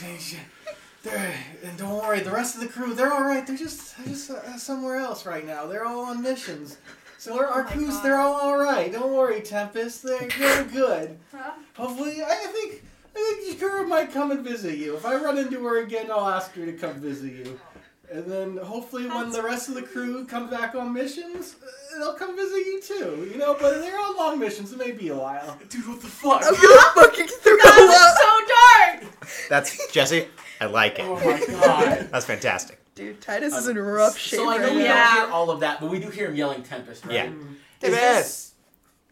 F: they sh- they're, and don't worry, the rest of the crew, they're all right. They're just, they're just uh, somewhere else right now. They're all on missions. So our, our
E: Oh my
F: crews,
E: God.
F: they're all all right. Don't worry, Tempest. They're, they're good.
E: Huh?
F: Hopefully, I think I think Shakura might come and visit you. If I run into her again, I'll ask her to come visit you. And then hopefully, when the rest of the crew come back on missions, uh, they'll come visit you too. You know, but they're on long missions. It may be a while.
D: Dude, what the fuck?
C: I'm gonna fucking throw up.
E: That was so dark!
B: That's Jesse. I like
F: Oh
B: it.
F: my god.
B: That's fantastic.
C: Dude, Titus is in rough shape
D: Um, So I know
C: right
D: we
C: now.
E: Yeah.
D: don't hear all of that, but we do hear him yelling Tempest, right?
B: Yeah.
D: Is
B: Tempest.
D: this,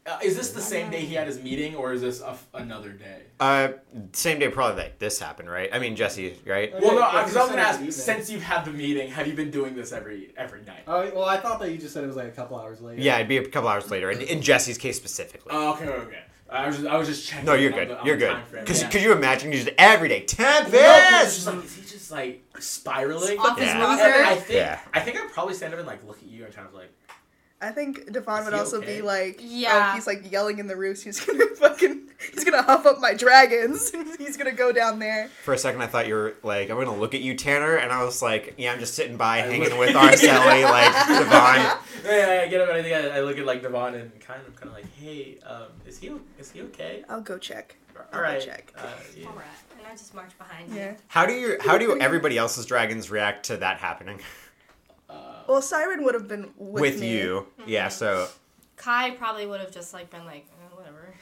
D: uh, is this the same day he had his meeting, or is this a f another day?
B: Uh, same day probably that this happened, right? I mean Jesse, right?
F: Okay,
D: Well, no,
F: yeah,
D: because I was
F: just
D: gonna ask.
F: said it was evening.
D: Since you've had the meeting, have you been doing this every every night?
F: Oh, well, I thought that you just said it was like a couple hours later.
B: Yeah, it'd be a couple hours later, in, in Jesse's case specifically.
D: Oh, okay, okay. I was just, I was just checking.
B: no, you're
D: on
B: good.
D: the- on
B: you're
D: the
B: good.
D: time frame,
B: Because
D: yeah.
B: could you imagine you just every day
D: No, 'cause it's
B: Tempest?
D: just like, is he just like spiraling?
E: Off
B: his Yeah.
E: rocker.
D: And I think
B: Yeah.
D: I think I'd probably stand up and like look at you and kind of like
C: I think Devon
D: Is
C: would
D: he
C: also
D: okay?
C: be like,
E: Yeah.
C: oh, he's like yelling in the roost. He's gonna fucking, he's gonna huff up my dragons. he's gonna go down there.
B: For a second, I thought you were like, I'm gonna look at you, Tanner, and I was like, yeah, I'm just sitting by,
D: I
B: hanging
D: look-
B: with Arcelli, E, like Devon.
D: Yeah, yeah, I get it. But I think I, I look at like Devon and kind of kind of like, hey, um, is he is he okay?
C: I'll go check.
D: All right.
C: check.
D: Uh, yeah.
E: Alright, and I just marched behind
C: Yeah.
E: him.
B: How do you? How do everybody else's dragons react to that happening
D: Uh,
C: Well, Siren would have been with,
B: with,
C: me.
B: you? Yeah. So
E: Kai probably would have just like been like, eh, whatever.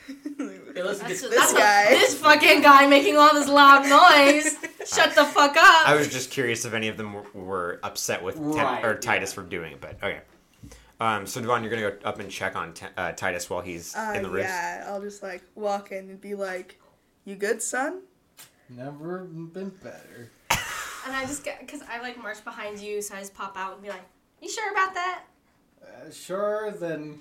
D: hey, listen,
E: That's,
D: get-
C: This
E: that's
C: guy.
E: this fucking guy making all this loud noise. Shut the fuck up.
B: I was just curious if any of them were, were upset with Tem-
D: Uh, Right,
B: or
D: yeah.
B: Titus for doing it, but okay. Um, so Devon, you're gonna go up and check on Ti- uh, Titus while he's
C: Uh,
B: in the roof.
C: Yeah, I'll just like walk in and be like, "You good, son?"
F: Never been better.
E: And I just get, cause I like march behind you, so I just pop out and be like, you sure about that?
F: Uh, sure, then.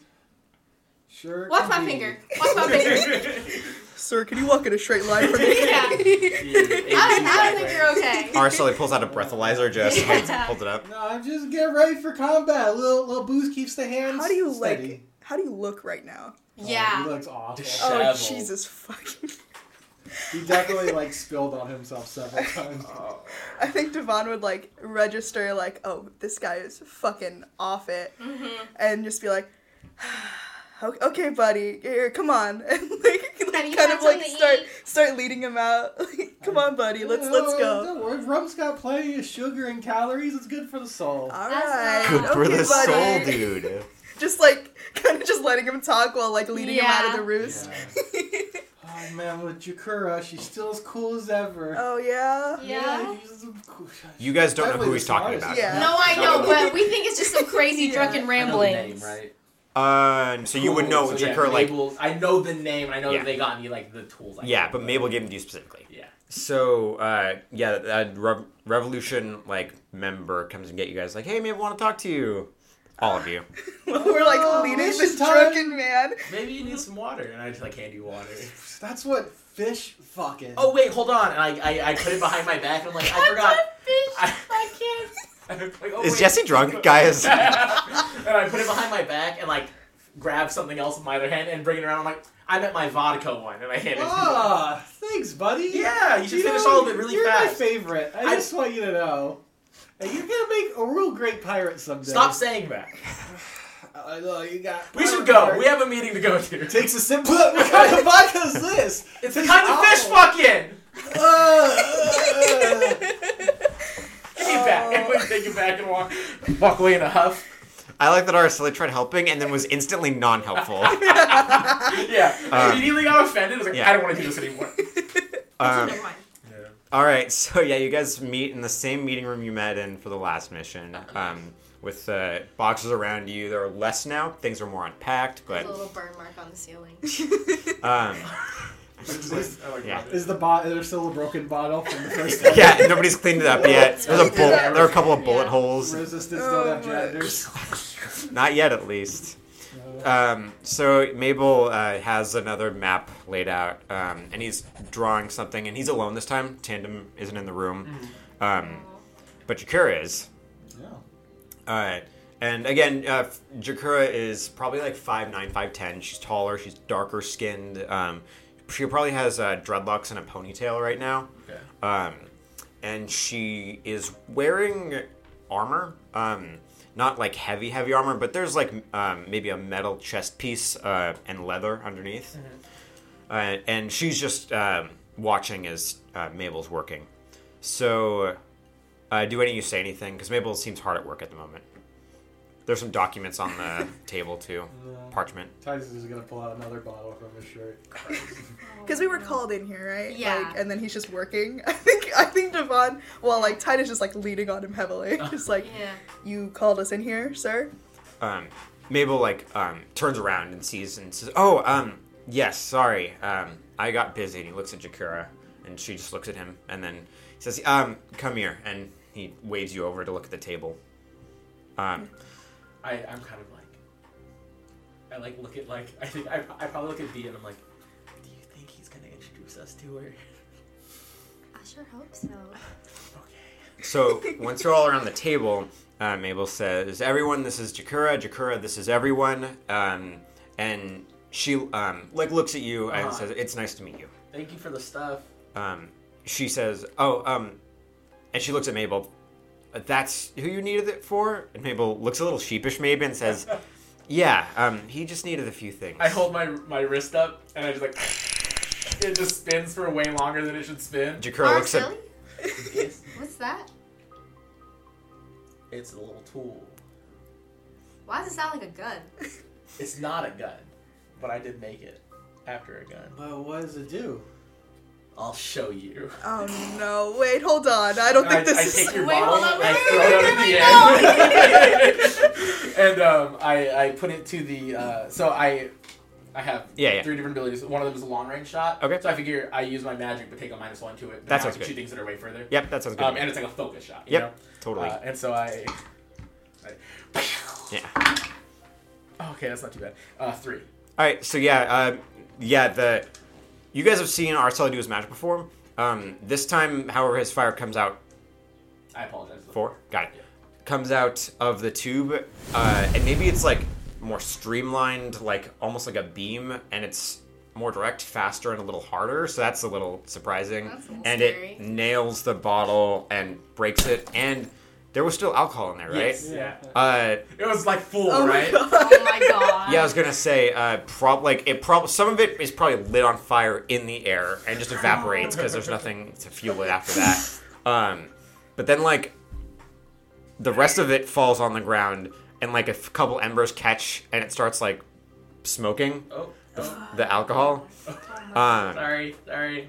F: Sure.
E: Watch
F: can
E: my
F: be.
E: finger. Watch my finger.
C: Sir, can you walk in a straight line for me?
E: Yeah.
D: Dude,
E: I don't, I don't
D: exactly.
E: think you're okay.
B: Arcelli pulls out a breathalyzer, just
E: Yeah.
B: holds, holds it up.
F: No, I'm just getting ready for combat. Little little booze keeps the hands.
C: How do you
F: steady.
C: like? How do you look right now?
F: Oh,
E: Yeah.
F: he looks awful.
D: Disheveled.
C: Oh
D: Travel.
C: Jesus fucking!
F: He definitely like spilled on himself several times.
D: Oh.
C: I think Devon would like register like, "Oh, this guy is fucking off it,"
E: Mm-hmm.
C: and just be like, "Okay, okay, buddy, here, come on,wn," and like,
E: Honey, you
C: kind
E: have
C: of like
E: something to
C: start
E: eat?
C: start leading him out. Like, come on, buddy, let's let's go.
F: Don't worry, rum's got plenty of sugar and calories. It's good for the soul.
D: Uh,
C: All
E: That's
C: right,
E: not-
B: Good
C: okay,
B: for the
C: buddy.
B: soul, dude.
C: Just like kind of just letting him talk while like leading him out of
E: Yeah.
C: the roost.
F: Oh man, with Jakura, she's still as cool as ever.
C: oh yeah.
E: Yeah.
F: she's cool.
B: You guys don't know
F: Definitely
B: who
F: the
B: he's talking
F: smartest.
B: about.
C: Yeah.
E: No, I know, but we think it's just some crazy drunken
D: I know the name,
E: ramblings.
D: right?
B: Um, so you would know
D: Cool,
B: what
D: so
B: your
D: yeah,
B: current like.
D: Mabel's- I know the name. and I know
B: Yeah.
D: that they got me like the tools. I
B: Yeah,
D: need,
B: but Mabel gave him to you specifically.
D: Yeah.
B: So uh, yeah, a Rev- revolution like member comes and get you guys. Like, hey, Mabel, want to talk to you. All of you.
C: We're like
F: Oh,
C: leading
F: mission
C: this
F: time.
C: drunken man.
D: Maybe you need some water, and I just like hand you water.
F: That's what fish fucking.
D: Oh wait, hold on. And I, I I put it behind my back, and I'm like I forgot. I- like, oh,
B: Is
D: wait.
B: Jesse drunk, guys?
D: and I put it behind my back and like grab something else with my other hand and bring it around. I'm like, I meant my vodka one, and I hand it.
F: Ah, thanks, buddy.
D: Yeah, you should finish
F: know,
D: all of it really
F: you're
D: fast.
F: my favorite. I,
D: I-
F: just want you to know. And you're gonna make a real great pirate someday.
D: Stop saying that.
F: Uh, no, you got
D: We should
F: pirate
D: go.
F: heart.
D: We have a meeting to go to.
F: Takes a sip. What kind of vodka is this?
D: It's the kind of
F: Oh.
D: fish fucking.
F: fucking.
D: Take it back.
F: Oh.
D: Everybody take it back and walk walk away in a huff.
B: I like that Araceli tried helping and then was instantly non-helpful.
D: Yeah.
B: Uh,
D: Immediately got offended. I was like,
B: yeah.
D: I don't want to do this anymore.
B: Um,
E: Never mind.
B: all right, so yeah, you guys meet in the same meeting room you met in for the last mission. Um, with uh, boxes around you, there are less now. Things are more unpacked,
E: There's
B: but
E: a little burn mark on the ceiling.
B: um, Yeah.
D: yeah.
F: Is the bot? There's still a broken bottle from the first time.
B: yeah, nobody's cleaned it up yet. There's a bull- there are a couple of bullet
E: Yeah.
B: holes.
F: Resistance
C: Oh,
F: don't have
C: my-
F: genders.
B: Not yet, at least. Um, so Mabel uh, has another map laid out, um, and he's drawing something, and he's alone this time. Tandem isn't in the room, um, but Jakura is. Uh, and again, uh, Jakura is probably like 5'9", 5'10". She's taller. She's darker skinned. Um, she probably has uh, dreadlocks and a ponytail right now.
D: Okay.
B: Um, and she is wearing armor. Um, not like heavy heavy armor, but there's like um, maybe a metal chest piece uh, and leather underneath. Uh, and she's just um, watching as uh, Mabel's working. So, uh, do any of you say anything? Because Mabel seems hard at work at the moment. There's some documents on the table too,
F: No.
B: parchment.
F: Titus is gonna pull out another bottle from his shirt.
C: Because we were called in here, right?
E: Yeah.
C: Like, and then he's just working. I think I think Devon, well, like Titus just like leaning on him heavily, just like
E: Yeah.
C: you called us in here, sir.
B: Um, Mabel like um, turns around and sees and says, "Oh, um, yes, sorry, um, I got busy." And he looks at Jakura, and she just looks at him, and then he says, "Um, come here," and he waves you over to look at the table. Um,
D: I, I'm kind of like, I like look at like, I think I, I probably look at B and I'm like, do you think he's gonna introduce us to her?
E: I sure hope so.
D: Okay.
B: So once you're all around the table, uh, Mabel says, "Everyone, this is Jakura. Jakura, this is everyone." Um, and she um, like looks at you and
D: Uh-huh.
B: says, "It's nice to meet you."
D: Thank you for the stuff.
B: Um, she says, "Oh," um, and she looks at Mabel. That's who you needed it for. And Mabel looks a little sheepish, maybe, and says, "Yeah, um, he just needed a few things."
D: I hold my my wrist up and I just like, it just spins for way longer than it should spin.
B: Jakura looks at
E: Araceli?
D: It's,
E: What's that?
D: it's a little tool.
E: Why does it sound like a gun?
D: It's not a gun, but I did make it after a gun.
F: But what does it do?
D: I'll show you.
C: Oh no! Wait, hold on. I don't think
D: I,
C: this
D: I
C: is.
D: take your
E: Wait,
D: bottle,
E: hold on,
D: I
E: wait,
D: throw
E: wait,
D: it at
E: wait,
D: the end, and um, I, I put it to the. Uh, so I, I have
B: Yeah, yeah.
D: three different abilities. One of them is a long range shot.
B: Okay.
D: So I figure I use my magic, but take a minus one to it.
B: That
D: That's I
B: sounds
D: can
B: good.
D: shoot things that are way further.
B: "Yep, that sounds good."
D: Um, and it's like a focus shot. You
B: Yep,
D: know?
B: totally.
D: Uh, and so I. I
B: yeah.
D: okay, that's not too bad. Uh, three.
B: All right, so yeah, uh, yeah, the you guys have seen Arcella do his magic before. Um, this time, however, his fire comes out
D: I apologize.
B: four. Got it. Comes out of the tube, uh, and maybe it's like more streamlined, like almost like a beam, and it's more direct, faster, and a little harder. So that's a little surprising.
E: That's a little
B: and
E: scary.
B: it nails the bottle and breaks it. And there was still alcohol in there, right?
D: Yes. Yeah.
B: Uh,
D: It was like full,
C: Oh my
D: right?
C: god!
E: Oh my god.
B: Yeah, I was
D: Um,
B: gonna say, uh, prob like it prob some of it is probably lit on fire in the air and just evaporates because there's nothing to fuel it after that. Um, but then like the rest of it falls on the ground and like a f- couple embers catch and it starts like smoking
D: Oh,
B: the, f- the alcohol. Um,
D: sorry, sorry.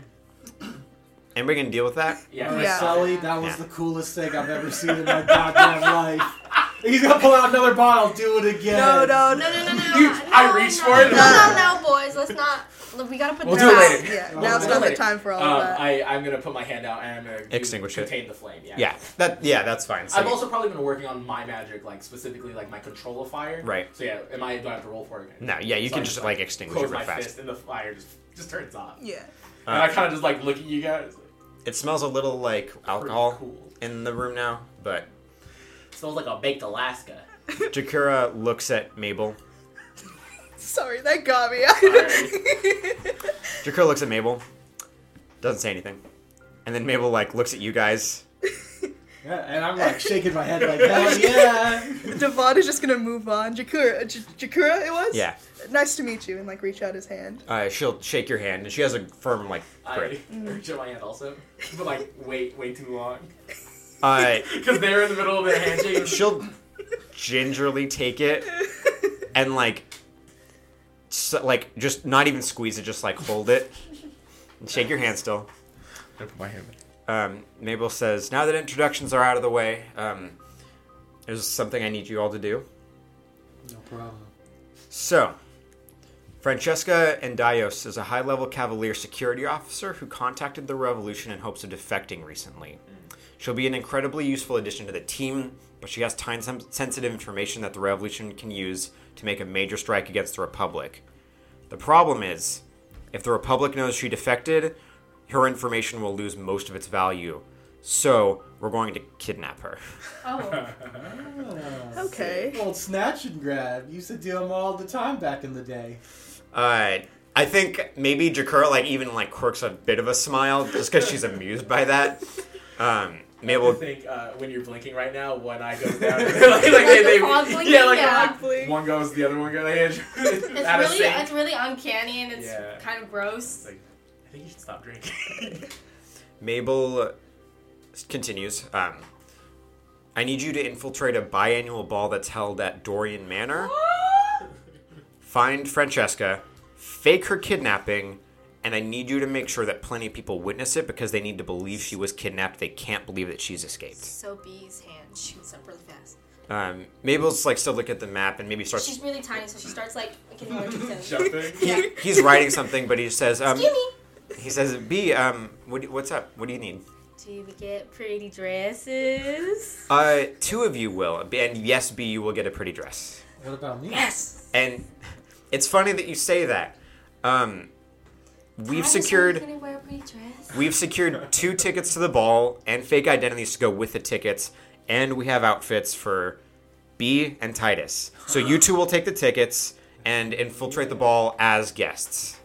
B: anybody gonna deal with that?
D: Yeah.
E: Oh,
F: Uh,
C: Yeah.
F: Sully, that was
B: Yeah.
F: the coolest thing I've ever seen in my goddamn life. He's gonna pull out another bottle. Do it again.
C: No, no,
E: No,
C: no.
E: no, no, no.
D: You-
E: no,
D: I
E: no,
D: reached
E: no,
D: for it.
E: No, no, no, boys. Let's not. Look, we gotta put
D: We'll
E: this
D: do it
E: out.
D: later.
C: Yeah,
F: Oh,
C: now's not the
D: really?
C: time for all
D: Um,
C: of that.
D: I, I'm gonna put my hand out and I'm gonna do-
B: Extinguish it.
D: contain the flame. Yeah.
B: Yeah, that yeah, that's fine. So
D: I've also probably been working on my magic, like specifically like my control of fire.
B: Right.
D: So yeah, am I do I have to roll for it?
B: no, yeah, you
D: So I
B: can just like extinguish it
D: close
B: real
D: my
B: fast.
D: fist and the fire just just turns off.
C: yeah.
D: and I kind of just like look at you guys. Like,
B: It smells a little like
D: pretty
B: alcohol
D: Cool.
B: in the room now, but
D: smells like a baked Alaska.
B: Jakura looks at Mabel
C: Sorry, that got me.
B: Jakura looks at Mabel, doesn't say anything, and then Mabel like looks at you guys.
F: Yeah, and I'm like shaking my head like, hell yeah.
C: Devon is just gonna move on. Jakura, J- Jakura, it was.
B: Yeah,
C: Nice to meet you, and like reach out his hand.
B: uh, she'll shake your hand, and she has a firm like
D: I
B: grip.
D: reach out my hand also, but like wait way too long
B: Uh,
D: because they're in the middle of their handshake. and-
B: she'll gingerly take it and like, so, like just not even squeeze it, just like hold it, and shake your hand still.
D: I put my hand.
B: Um, Mabel says, "Now that introductions are out of the way, um, there's something I need you all to do."
F: No problem.
B: So, Francesca Andios is a high level Cavalier security officer who contacted the Revolution in hopes of defecting recently. She'll be an incredibly useful addition to the team, but she has time sen- sensitive information that the Revolution can use to make a major strike against the Republic. The problem is, if the Republic knows she defected, her information will lose most of its value. So, we're going to kidnap her.
E: Oh.
C: Okay.
F: Old snatch and grab. Used to do them all the time back in the day.
B: Uh, I think maybe Jakura like even like quirks a bit of a smile just because she's amused by that. Um,
D: I
B: Mabel
D: think uh, when you're blinking right now, one eye goes down. like, like they, they,
E: the hog blinking,
D: yeah, like the
E: yeah.
D: hog blink. One goes, the other one goes.
E: It's
D: Out of
E: really,
D: sync.
E: it's really uncanny and it's
D: Yeah.
E: kind of gross.
D: Like, I think you should stop drinking.
B: Mabel continues. Um, I need you to infiltrate a biannual ball that's held at Dorian Manor. Find Francesca, fake her kidnapping, and I need you to make sure that plenty of people witness it because they need to believe she was kidnapped. They can't believe that she's escaped.
E: So Bee's hand shoots up really fast.
B: Um, Mabel's like still looking at the map and maybe starts.
E: She's really tiny, so she starts like getting more detailed.
D: Jumping.
E: Yeah.
B: he's writing something, but he just says, um,
E: Excuse me.
B: he says, B, um, what, do- what's up? What do you need?
E: Do we get pretty dresses?
B: Uh, two of you will, and yes, B, you will get a pretty dress.
F: What about me?
E: Yes.
B: And it's funny that you say that. Um, we've
E: Can
B: secured
E: I wear a pretty dress?
B: we've secured two tickets to the ball and fake identities to go with the tickets, and we have outfits for B and Titus. So you two will take the tickets and infiltrate the ball as guests.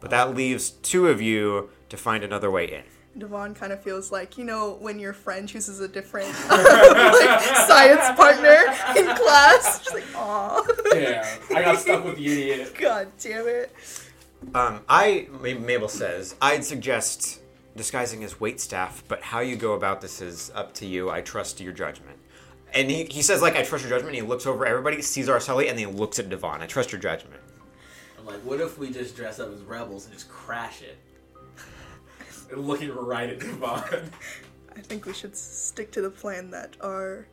B: But that leaves two of you to find another way in.
C: Devon kind of feels like you know when your friend chooses a different like, science partner in class. She's like, aw,
D: Yeah, I got stuck with the idiot.
C: god damn it.
B: Um, I M- Mabel says I'd suggest disguising as waitstaff, but how you go about this is up to you. I trust your judgment. And he, he says like I trust your judgment. And he looks over everybody, sees Arceli, and then he looks at Devon. I trust your judgment.
D: I'm like, what if we just dress up as rebels and just crash it? Looking right at Devon.
C: I think we should s- stick to the plan that our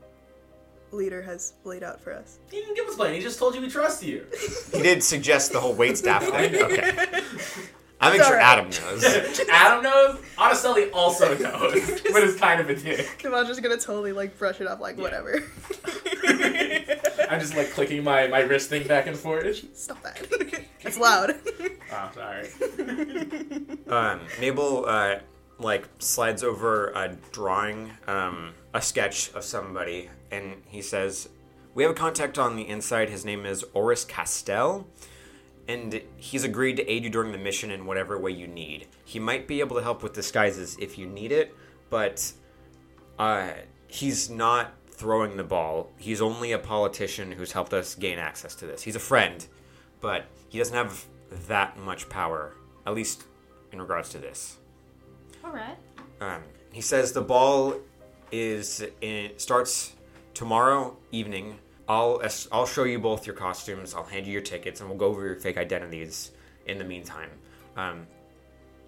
C: leader has laid out for us.
D: He didn't give us a plan. He just told you we trust you.
B: He did suggest the whole waitstaff thing. Okay, I make
C: It's
B: sure
C: all right.
B: Adam knows.
D: Adam knows. Oticelli also knows, but is kind of a dick.
C: Devon's just gonna totally like brush it off, like whatever.
D: I'm just like clicking my, my wrist thing back and forth.
C: Stop that. It's loud.
D: Oh, sorry.
B: Um, Mabel uh, like slides over a drawing, um, a sketch of somebody, and he says, "We have a contact on the inside. His name is Oris Castell, and he's agreed to aid you during the mission in whatever way you need. He might be able to help with disguises if you need it, but uh, he's not." Throwing the ball. He's only a politician who's helped us gain access to this. He's a friend, but he doesn't have that much power, at least in regards to this.
E: All right.
B: Um, he says the ball is in, starts tomorrow evening. I'll as- I'll show you both your costumes. I'll hand you your tickets, and we'll go over your fake identities. In the meantime, um,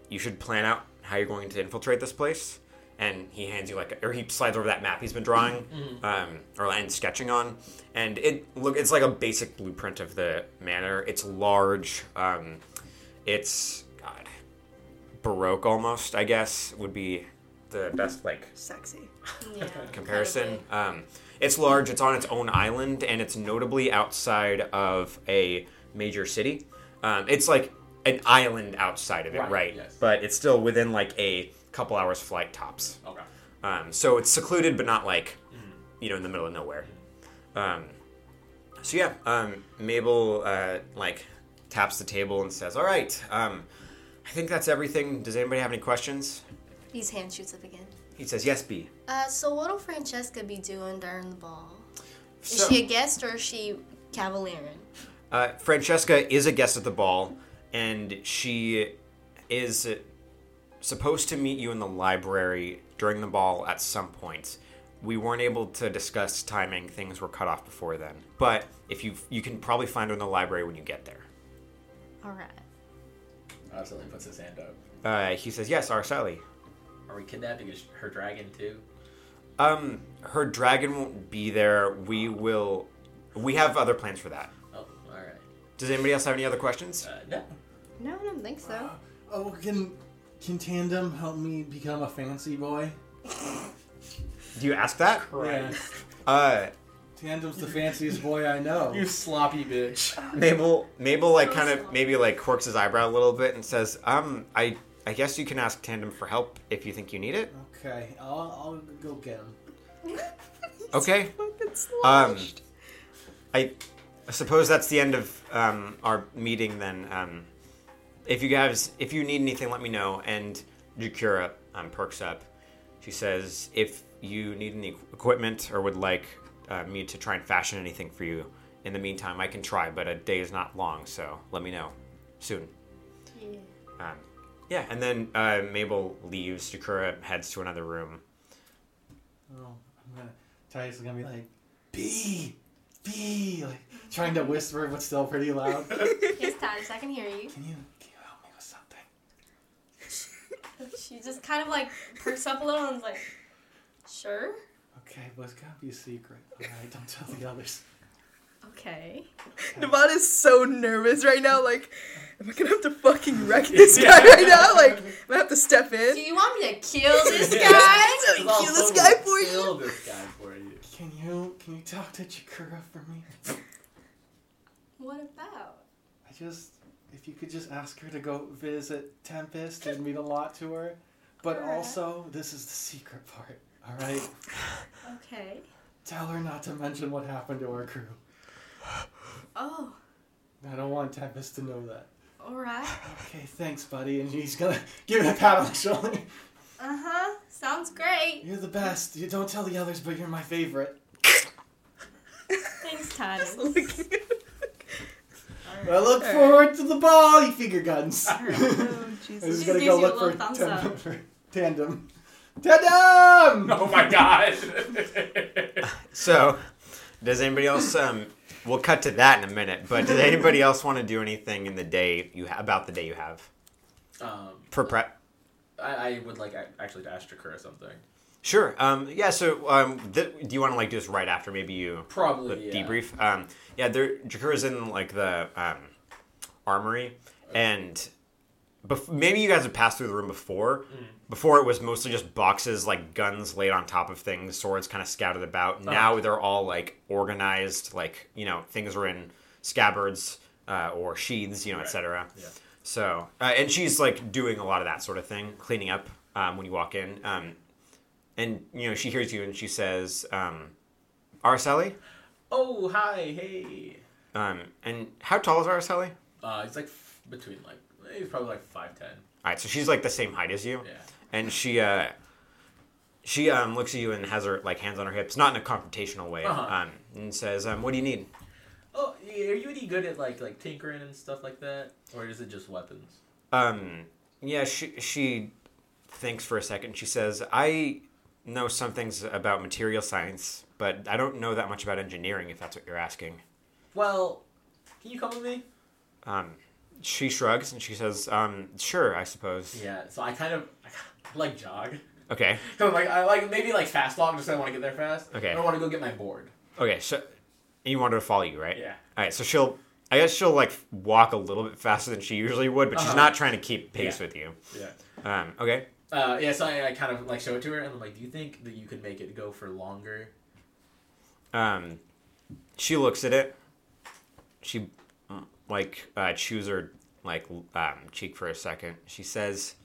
B: you should plan out how you're going to infiltrate this place. And he hands you like, or he slides over that map he's been drawing, um, or and sketching on, and it look it's like a basic blueprint of the manor. It's large. Um, it's God, baroque almost. I guess would be the best like
C: Sexy.
E: Yeah.
B: comparison. Um, it's large, it's on its own island, and it's notably outside of a major city. Um, it's like an island outside of it, right?
D: Right, yes.
B: But it's still within like a couple hours flight tops.
D: Okay.
B: Um, so it's secluded, but not like, you know, in the middle of nowhere. Um, so yeah, um, Mabel uh, like taps the table and says, "All right, um, I think that's everything. Does anybody have any questions?"
E: Bee's hand shoots up again.
B: He says, "Yes, B."
E: Uh, so what'll Francesca be doing during the ball? Is
B: So-
E: she a guest or is she cavaliering?
B: Uh, Francesca is a guest at the ball, and she is supposed to meet you in the library during the ball at some point. We weren't able to discuss timing; things were cut off before then. But if you you can probably find her in the library when you get there.
E: All right.
D: Oticelli puts his hand up.
B: Uh, he says, "Yes, Arceli.
D: Are we kidnapping his- her dragon too?
B: Um, her dragon won't be there. We will. We have other plans for that.
D: Oh, all right.
B: Does anybody else have any other questions?
D: Uh, no.
E: No, I don't think so.
F: Oh, can can tandem help me become a fancy boy?
B: Do you ask that?
D: Right.
B: Uh,
F: Tandem's the fanciest boy I know.
D: You sloppy bitch.
B: Mabel, Mabel, like kind of maybe like quirks his eyebrow a little bit and says, "Um, I, I guess you can ask Tandem for help if you think you need it."
F: Okay, I'll, I'll go get him.
B: Okay.
C: Fucking
B: Um,
C: sloshed.
B: I suppose that's the end of um, our meeting then. Um, if you guys, if you need anything, let me know. And Jakura um, perks up. She She says, "If you need any equipment or would like uh, me to try and fashion anything for you, in the meantime, I can try. But a day is not long, so let me know soon."
E: Yeah.
B: Um, yeah, and then uh, Mabel leaves. Sakura heads to another room.
F: Oh, I'm gonna. Titus is gonna be like, B, B, like trying to whisper but still pretty loud. can you,
E: Yes, Titus, I can hear you.
F: can you help me with something?
E: She just kind of like perks up a little and is like, sure,
F: Okay, but it's gotta be a secret. All right, don't tell the others.
E: okay.
C: Nevada's so nervous right now. Like, am I gonna have to fucking wreck this guy right now? Like, am I gonna have to step
E: Do
C: in?
E: you want me to kill this
D: Yeah.
E: guy?
C: Kill this guy for you.
D: Kill this guy for you.
F: Can you can you talk to Chikura for me?
E: what about?
F: I just if you could just ask her to go visit Tempest, it'd mean a lot to her. But
E: Alright.
F: also, this is the secret part. All right,
E: Okay.
F: tell her not to mention what happened to our crew.
E: Oh,
F: I don't want Tempest to know that.
E: alright.
F: Okay, thanks, buddy. And he's gonna give him a pat on the shoulder.
E: Uh huh. Sounds great.
F: You're the best. You don't tell the others, but you're my favorite.
E: Thanks, Titus.
F: I look forward to the ball, you figure guns. I'm
C: Oh Jesus.
F: just
E: Just
F: gonna
E: gives
F: go
E: you a
F: look for,
E: little thumbs up.
F: tandem, for tandem. Tandem!
D: Oh my god.
B: So, does anybody else? Um, we'll cut to that in a minute. But does anybody else want to do anything in the day you ha- about the day you have
D: um,
B: for prep?
D: I, I would like ac- actually to ask Chikura something.
B: Sure. Um, yeah. So, um, th- do you want to like do this right after? Maybe you
D: Probably.
B: the
D: yeah.
B: debrief. Um, yeah. There, Jakura's in like the um, armory, and bef- maybe you guys have passed through the room before.
D: Mm.
B: Before it was mostly just boxes, like guns laid on top of things, swords kind of scattered about.
D: Uh-huh.
B: Now they're all like organized, like you know, things are in scabbards uh, or sheaths, you know,
D: Right.
B: etc.
D: Yeah.
B: So, uh, and she's like doing a lot of that sort of thing, cleaning up um, when you walk in. Um, and, you know, she hears you and she says, um, Araceli?
D: Oh hi hey.
B: Um, and how tall is Araceli? All
D: Uh, it's like f- between like he's probably like five ten.
B: right, so she's like the same height as you.
D: Yeah.
B: And she, uh, she um, looks at you and has her like hands on her hips, not in a confrontational way,
D: Uh-huh.
B: um, and says, um, "What do you need?"
D: Oh, yeah, are you any good at like like tinkering and stuff like that, or is it just weapons?
B: Um, yeah, she she thinks for a second. She says, "I know some things about material science, but I don't know that much about engineering. If that's what you're asking."
D: Well, can you come with me?
B: Um, she shrugs and she says, um, "Sure, I suppose."
D: Yeah. So I kind of I kinda like jog.
B: Okay.
D: So I'm like I like maybe like fast log just 'cause I want to get there fast.
B: Okay.
D: I don't want to go get my board.
B: Okay. So you want her to follow you, right?
D: Yeah.
B: All right. So she'll. I guess she'll like walk a little bit faster than she usually would, but she's
D: Uh-huh.
B: not trying to keep pace
D: Yeah.
B: with you.
D: Yeah.
B: Um, okay.
D: Uh, yeah. So I, I kind of like show it to her and I'm like, do you think that you could make it go for longer?
B: Um, she looks at it. She mm, like uh, chews her like l- um, cheek for a second. She says,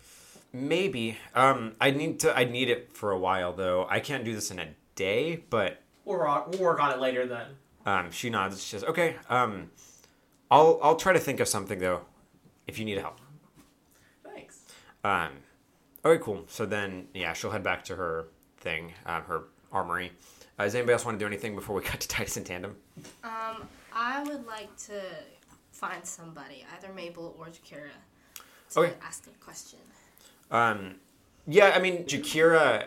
B: "Maybe. Um, I need to. I need it for a while though. I can't do this in a day, but
D: We'll, ro- we'll work on it later then.
B: Um, she nods. She says, "Okay. Um, I'll I'll try to think of something though, if you need help."
D: Thanks.
B: Um, okay, cool. So then, yeah, she'll head back to her thing, um, her armory. Uh, does anybody else want to do anything before we cut to Titus in tandem?
E: Um, I would like to find somebody, either Mabel or Jakira, to
B: Okay.
E: ask a question.
B: Um, yeah, I mean, Jakira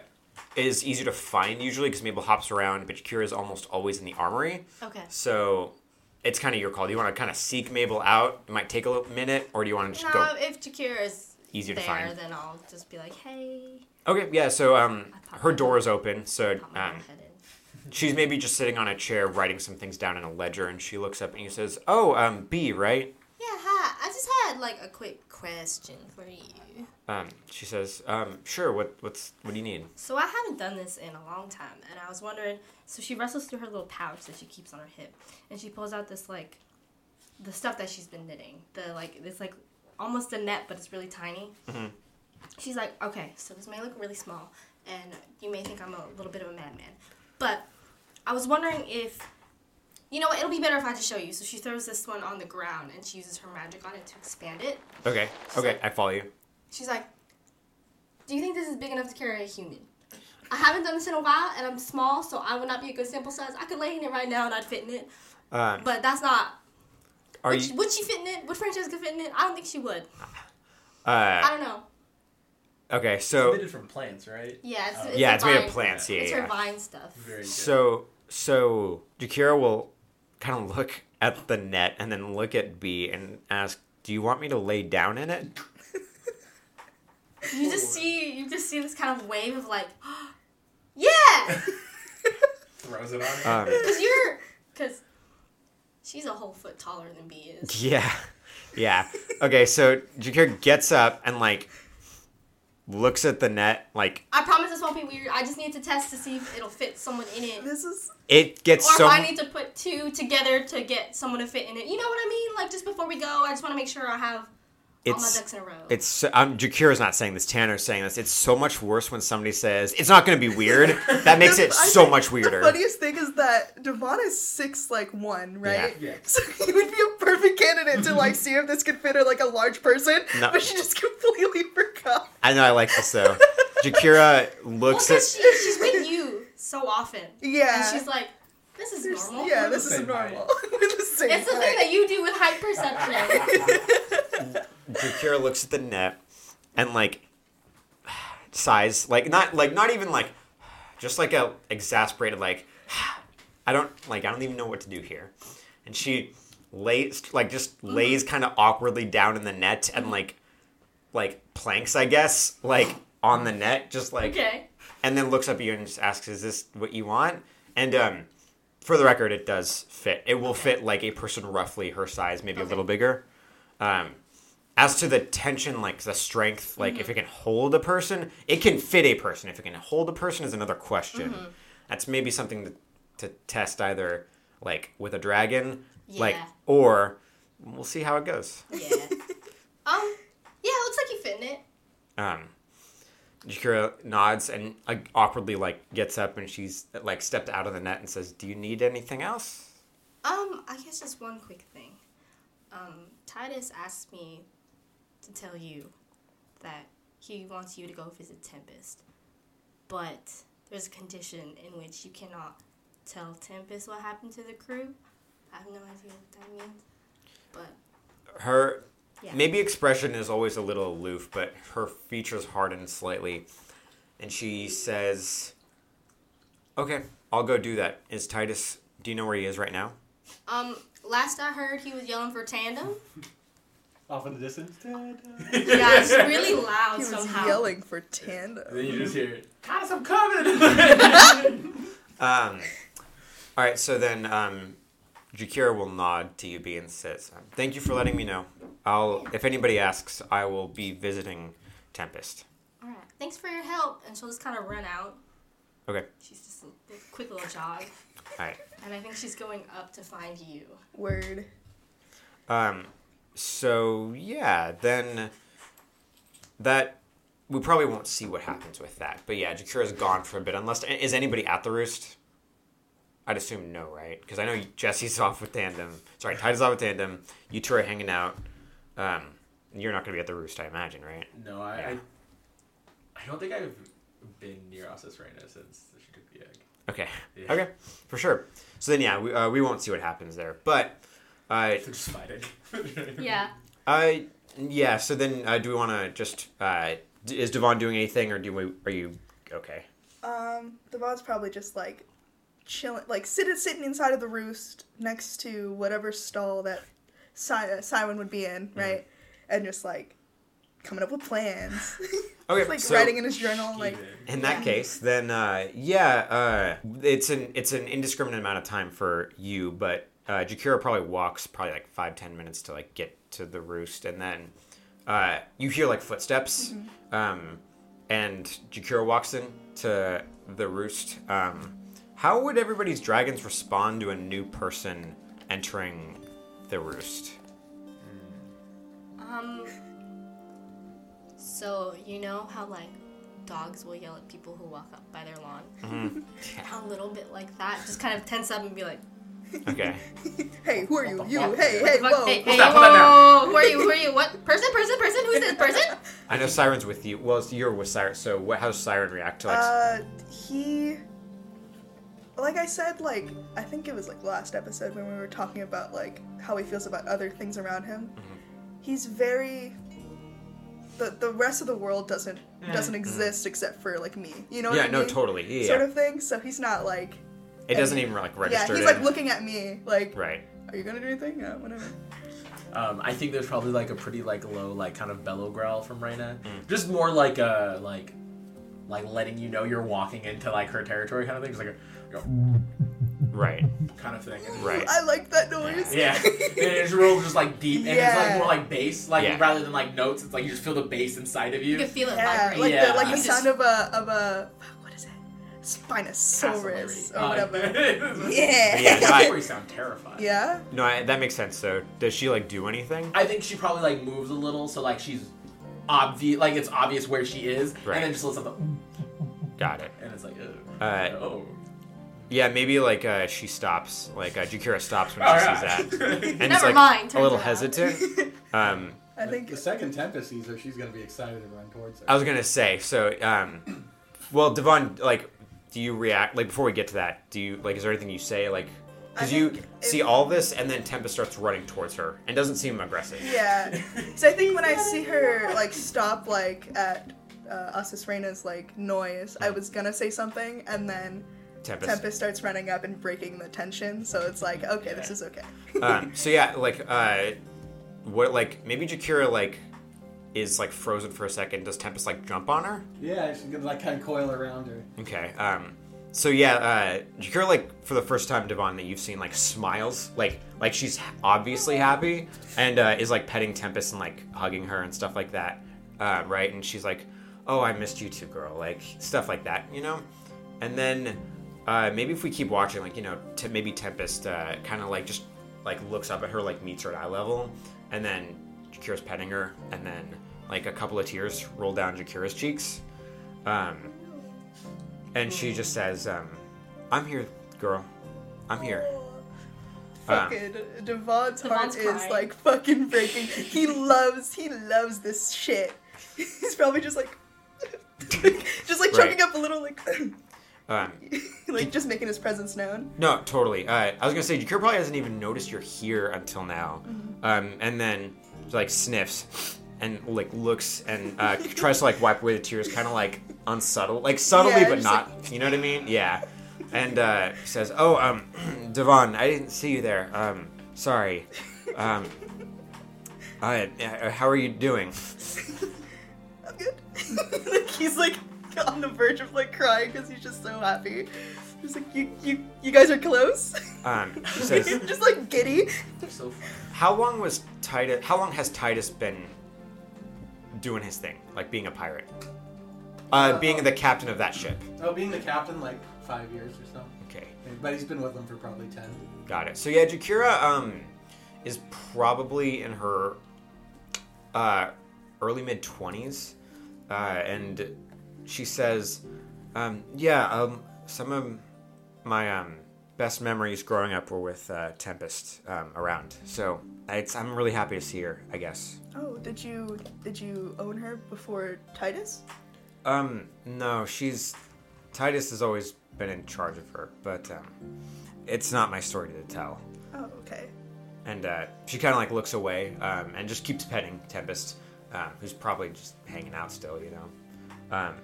B: is easier to find usually because Mabel hops around, but Jakira is almost always in the armory.
E: Okay.
B: So it's kind of your call. Do you want to kind of seek Mabel out? It might take a little minute, or do you want to just
E: Now,
B: go?
E: if Jakira is
B: Easier to
E: there,
B: find.
E: then I'll just be like, hey,
B: Okay, yeah. So um,
E: I pop
B: her
E: my-
B: door is open, so
E: pop my
B: um,
E: little head in.
B: She's maybe just sitting on a chair writing some things down in a ledger, and she looks up and he says, "Oh, um, B, right?"
E: Yeah, hi. I just had like a quick question for you.
B: Um, she says, um, "Sure. What, what's, what do you need?"
E: So I haven't done this in a long time, and I was wondering. So she wrestles through her little pouch that she keeps on her hip, and she pulls out this like, the stuff that she's been knitting. The like, it's like almost a net, but it's really tiny. She's like, okay, so this may look really small, and you may think I'm a little bit of a madman, but I was wondering if, you know what, it'll be better if I just show you. So she throws this one on the ground, and she uses her magic on it to expand it.
B: Okay, okay, I follow you.
E: She's like, do you think this is big enough to carry a human? I haven't done this in a while, and I'm small, so I would not be a good sample size. I could lay in it right now and I'd fit in it,
B: Um,
E: but that's not.
B: are
E: would, she,
B: you?
E: would she fit in it? Would Francesca fit in it? I don't think she would. I
B: Uh,
E: don't know.
B: okay,
D: It's
B: so
D: knitted from plants, right?
E: Yeah, it's,
D: Oh.
E: it's
B: yeah,
E: her
B: it's made of
E: vine-
B: plants. Yeah,
E: It's
B: yeah.
E: her vine stuff.
D: Very good.
B: So so Jakira will kind of look at the net and then look at B and ask, "Do you want me to lay down in it?"
E: You just see, you just see this kind of wave of like, yeah,
D: Throws it on her.
B: Um,
E: because you're, because she's a whole foot taller than B is.
B: yeah, yeah. Okay, so Jakira gets up and like looks at the net, like
E: I promise this won't be weird. I just need to test to see if it'll fit someone in it, or
C: This is
B: it gets so.
E: if I need to put two together to get someone to fit in it. You know what I mean? Like just before we go, I just want to make sure I have all my
B: it's
E: ducks in a row.
B: It's so- um, Jakira's not saying this. Tanner's saying this. It's so much worse when somebody says it's not going to be weird. That makes
C: The-
B: it
C: I
B: so
C: think
B: much weirder.
C: The funniest thing is that Devon is six like one, right?
D: Yeah. Yeah.
C: So he would be a perfect candidate to like see if this could fit her like a large person,
B: No.
C: but she just completely forgot.
B: I know. I like this though. Jakira
E: well,
B: looks
E: because
B: at.
E: she, she's with you so often,
C: Yeah.
E: and she's like, this is
C: There's-
E: normal.
C: yeah,
F: We're the
C: this is
F: same height.
C: normal. We're the same
E: It's the thing
C: height.
E: that you do with height perception.
B: Jakira looks at the net and like sighs, like not like not even like just like a exasperated like I don't like I don't even know what to do here, and she lays like just lays kind of awkwardly down in the net and like like planks I guess like on the net just like
E: okay.
B: and then looks up at you and just asks, "Is this what you want?" And um, for the record, it does fit. It will fit like a person roughly her size, maybe a
E: Okay.
B: little bigger. Um, as to the tension, like the strength, like
E: Mm-hmm.
B: if it can hold a person, it can fit a person. If it can hold a person is another question.
E: Mm-hmm.
B: That's maybe something to, to test either like with a dragon, like
E: Yeah.
B: or we'll see how it goes.
E: Yeah. um. Yeah, it looks like you fit in it.
B: Um, Jakira nods and like, awkwardly like gets up and she's like stepped out of the net and says, "Do you need anything else?"
E: Um, I guess just one quick thing. Um, Titus asked me to tell you that he wants you to go visit Tempest, but there's a condition in which you cannot tell Tempest what happened to the crew. I have no idea what that means, but
B: Her
E: Yeah.
B: maybe expression is always a little aloof, but her features harden slightly, and she says, "Okay, I'll go do that." Is Titus? Do you know where he is right now?
E: um, last I heard, he was yelling for tandem.
F: Off in the distance.
E: Yeah, it's really loud
C: He was
E: somehow.
C: yelling for
D: And then
C: tandem.
D: you just hear, "Guys, I'm coming!"
B: Um, all right, so then um, Jakira will nod to you, B, and says, um, "Thank you for letting me know. I'll, if anybody asks, I will be visiting Tempest."
E: All right, thanks for your help. And she'll just kind of run out.
B: Okay.
E: She's just a little- quick little jog,
B: All right.
E: and I think she's going up to find you.
C: Word.
B: Um, so yeah, then that we probably won't see what happens with that. But yeah, Jakira's gone for a bit. Unless is anybody at the roost? I'd assume no, right? Because I know Jesse's off with tandem. Sorry, Tide is off with tandem. You two are hanging out. Um, you're not gonna be at the roost, I imagine, right?
D: no, I,
B: Yeah.
D: I, I don't think I've been near Ossus Reina since she took the egg.
B: Okay.
D: Yeah.
B: Okay, for sure. So then, yeah, we, uh, we won't see what happens there. But, uh,
D: They're just fighting.
E: Yeah.
B: uh, yeah. So then, uh, do we want to just uh, d- is Devon doing anything, or do we? Are you okay?
C: Um, Devon's probably just like chilling, like sitting sitting inside of the roost next to whatever stall that si- uh, Simon would be
D: Mm-hmm.
C: in, right? And just like coming up with plans,
B: Okay.
C: like
B: so
C: writing in his journal, like
B: in that
E: Yeah.
B: case, then uh, yeah, uh, it's an it's an indiscriminate amount of time for you, but uh, Jakira probably walks probably like five ten minutes to like get to the roost, and then uh, you hear like footsteps,
C: Mm-hmm.
B: um, and Jakira walks in to the roost. Um, how would everybody's dragons respond to a new person entering the roost?
E: Um. So you know how like dogs will yell at people who walk up by their lawn.
D: Mm-hmm.
E: A little bit like that, just kind of tense up and be like,
B: Okay.
C: "Hey, who are you?
D: What the
C: you?
D: fuck?
C: Hey, hey,
E: "Fuck,
C: whoa!"
E: hey, hey,
D: stop, hold on
E: whoa, who are you? Who are you? What person? Person? Person? Who's this person?
B: I I know Siren's with you. Well, it's- you're with Siren. So what, how's Siren react to like?
C: Uh, he, like I said, like I think it was like last episode when we were talking about like how he feels about other things around him.
B: Mm-hmm.
C: He's very. The, the rest of the world doesn't doesn't exist except for like me. You know
B: Mm-hmm.
C: what
B: yeah,
C: I
B: no,
C: mean?
B: totally. Yeah,
C: Sort
B: yeah.
C: of thing. So he's not like
B: it doesn't even like
C: yeah.
B: register.
C: He's
B: to
C: like
B: him.
C: looking at me like
B: right.
C: are you gonna do anything? Yeah, whatever.
D: Um, I think there's probably like a pretty like low like kind of bellow growl from Reyna.
B: Mm.
D: Just more like a like like letting you know you're walking into like her territory kind of thing. It's like a you
B: Right.
D: know, kind of thing.
B: Right.
C: I like that noise.
D: Yeah, and it's real just like deep, and it's like
C: Yeah.
D: more like bass, like
B: Yeah.
D: rather than like notes. It's like you just feel the bass inside of
E: You
D: you.
E: can feel it
C: Yeah,
E: vibrate.
C: like
D: Yeah.
C: the like the
E: You
C: sound of a of a what is it? Spinosaurus
D: Cassowary.
C: or whatever.
D: Uh,
C: yeah.
B: Yeah, no, I-
D: Cassowary sound terrifying.
C: Yeah.
B: No, I, that makes sense. though. does she like do anything?
D: I think she probably like moves a little, so like she's obvious, like it's obvious where she is,
B: Right.
D: and then just lets out the,
B: Got it.
D: and it's like, Ugh.
B: Uh,
D: oh,
B: yeah, maybe like uh, she stops. Like uh, Jukira stops when she
D: All
B: sees that,
D: right.
B: and
E: Never
B: is like
E: mind,
B: a little
E: turns around.
B: hesitant. Um,
C: I think
F: the second Tempest sees her, she's gonna be excited to run towards her.
B: I was gonna say. So, um, well, Devon, like, do you react? Like, before we get to that, do you like? Is there anything you say? Like, because
C: I
B: you
C: think if-
B: see all this, and then Tempest starts running towards her and doesn't seem aggressive.
C: yeah. So I think when I see her like stop like at uh, Asus Reina's like noise,
B: Hmm.
C: I was gonna say something and then
B: Tempest.
C: Tempest starts running up and breaking the tension, so it's like okay, this is okay.
B: um, so yeah, like, uh, what? Like, maybe Jakira like is like frozen for a second. Does Tempest like jump on her?
F: Yeah, she's gonna like kind of coil around her.
B: Okay. Um, so yeah, uh, Jakira like for the first time, Devon, that you've seen like smiles, like like she's obviously happy, and uh, is like petting Tempest and like hugging her and stuff like that, uh, right? And she's like, "Oh, I missed you too, girl," like stuff like that, you know. And then uh, maybe if we keep watching, like you know, t- maybe Tempest uh, kind of like just like looks up at her, like meets her at eye level, and then Jakira's petting her, and then like a couple of tears roll down Jakira's cheeks. Um, and she just says, um, "I'm here, girl. I'm here." Um,
C: Fucking Devon's heart
E: Devon's
C: is
E: crying.
C: like fucking breaking. He loves he loves this shit. He's probably just like just like
B: Right.
C: choking up a little like
B: um,
C: like just making his presence known.
B: no, totally. Uh, I was gonna say, Jakir probably hasn't even noticed you're here until now,
C: Mm-hmm.
B: um, and then she, like sniffs and like looks and uh, tries to like wipe away the tears, kind of like unsubtle, like subtly
C: Yeah,
B: but
C: just
B: not. you know what I mean? Yeah. And uh, says, "Oh, um, Devon, I didn't see you there. Um, sorry. Um, uh, uh, how are you doing?"
C: I'm good. like he's like on the verge of like crying because he's just so happy. He's like, you, you, you guys are close.
B: Um, she says,
C: He's just like giddy.
D: They're so funny.
B: How long was Titus? How long has Titus been doing his thing, like being a pirate, uh, being the captain of that ship?
F: Oh, being the captain like five years or so.
B: Okay,
F: But he's been with them for probably ten.
B: got it. So yeah, Jakira um, is probably in her uh, early mid twenties, uh, and she says, um, "Yeah, um, some of my um, best memories growing up were with uh, Tempest um, around. So it's, I'm really happy to see her. I guess."
C: Oh, did you, did you own her before Titus?
B: Um, no, she's Titus has always been in charge of her, but um, it's not my story to tell.
C: Oh, okay.
B: And uh, she kind of like looks away um, and just keeps petting Tempest, um, who's probably just hanging out still, you know. Um,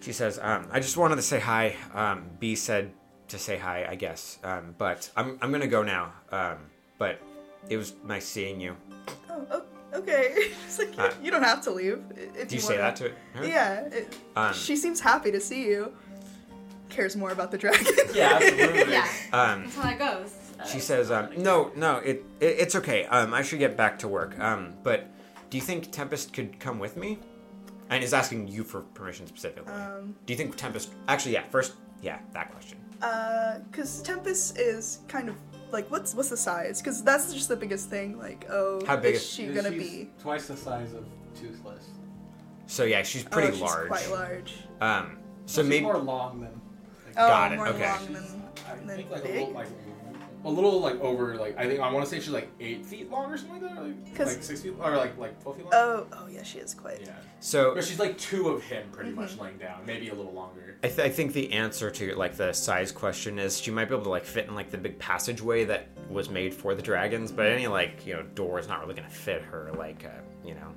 B: she says, um, "I just wanted to say hi." Um, B said to say hi, I guess. Um, but I'm I'm gonna go now. Um, but it was nice seeing you.
C: Oh, o- okay. It's like you,
B: Uh,
C: you don't have to leave i- if
B: Do you say that
C: want
B: to her?
C: Yeah. It,
B: Um,
C: she seems happy to see you. Cares more about the dragon.
D: Yeah, absolutely.
E: Yeah,
B: Um,
E: that's how that goes.
B: She says, um,
C: uh,
B: "No, no, it, it it's okay. Um, I should get back to work. Um, but do you think Tempest could come with me?" And is asking you for permission specifically.
C: Um,
B: do you think Tempest? Actually, yeah. First, yeah, that question.
C: Uh, cause Tempest is kind of like what's what's the size? Cause that's just the biggest thing. Like, oh,
B: How big
C: is
B: is-
C: she gonna
F: she's
C: be?
F: twice the size of Toothless.
B: So yeah, she's
C: Oh,
B: pretty
C: she's
B: large.
C: quite large.
B: Um, so
F: she's
B: maybe
F: more long than.
C: Oh,
B: Got it,
C: more
B: okay.
C: long than, than
F: like a
C: big.
F: little like.
D: a little like over like I think I want to say she's like eight feet long or something like that, or, like,
C: 'Cause-
D: like six feet or like like twelve feet long.
C: Oh, oh yeah, she is quite.
D: yeah,
B: So
D: but she's like two of him pretty much laying down, maybe a little longer.
B: I, th- I think the answer to like the size question is she might be able to like fit in like the big passageway that was made for the dragons, but any like you know door is not really gonna fit her like uh, you know.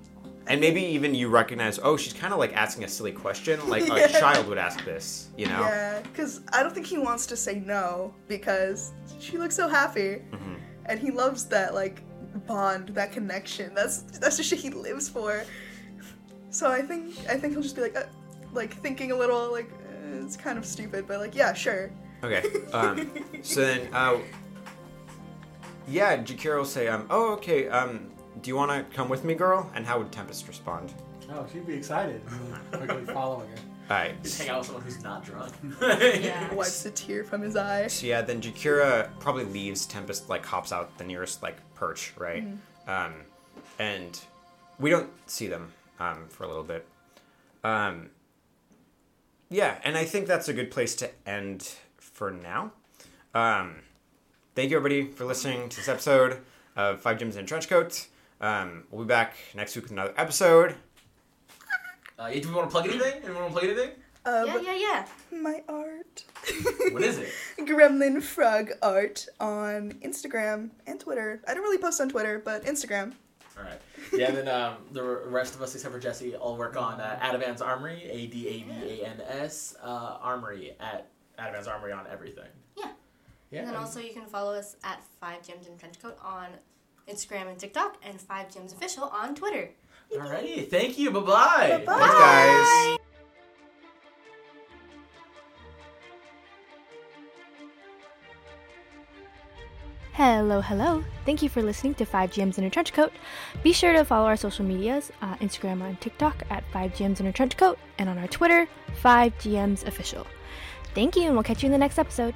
B: And maybe even you recognize, oh, she's kind of like asking a silly question, like
C: Yeah.
B: a child would ask this, you know.
C: Yeah, because I don't think he wants to say no because she looks so happy,
B: Mm-hmm.
C: and he loves that like bond, that connection. That's that's the shit he lives for. So I think I think he'll just be like, uh, like thinking a little like uh, it's kind of stupid, but like yeah, sure.
B: Okay. Um, so then, uh, yeah, Jakira will say, um, oh, okay. Um, do you want to come with me, girl? And how would Tempest respond?
F: Oh, she'd be excited. Quickly following her.
B: All right.
D: Just hang out with someone who's not drunk.
E: Yeah.
C: Wipes a tear from his eye.
B: So yeah, then Jakira probably leaves. Tempest like hops out the nearest like perch, right? Um, and we don't see them um, for a little bit. Um, yeah, and I think that's a good place to end for now. Um, thank you everybody for listening to this episode of Five Gems in a Trench Coat. Um, we'll be back next week with another episode.
D: Uh, yeah, do we want to plug anything? Anyone want to plug anything?
C: Um,
E: Yeah, yeah, yeah.
C: My art.
D: What is it?
C: Gremlin Frog Art on Instagram and Twitter. I don't really post on Twitter, but Instagram.
D: All right. Yeah, and then um, the rest of us, except for Jesse, all work on uh, Adavan's Armory, A D A V A N S, uh, Armory at Adavan's Armory on everything.
E: Yeah.
D: Yeah.
E: And then
D: and-
E: also you can follow us at Five Gems and Trenchcoat on Instagram and TikTok, and Five Gems Official on Twitter.
D: Alrighty. Thank you. Bye bye.
C: Bye-bye.
B: Thanks, guys.
A: Hello, hello. Thank you for listening to 5 GMs in a Trench Coat. Be sure to follow our social medias uh, Instagram and TikTok at 5 GMs in a Trench Coat, and on our Twitter, 5 GMs Official. Thank you, and we'll catch you in the next episode.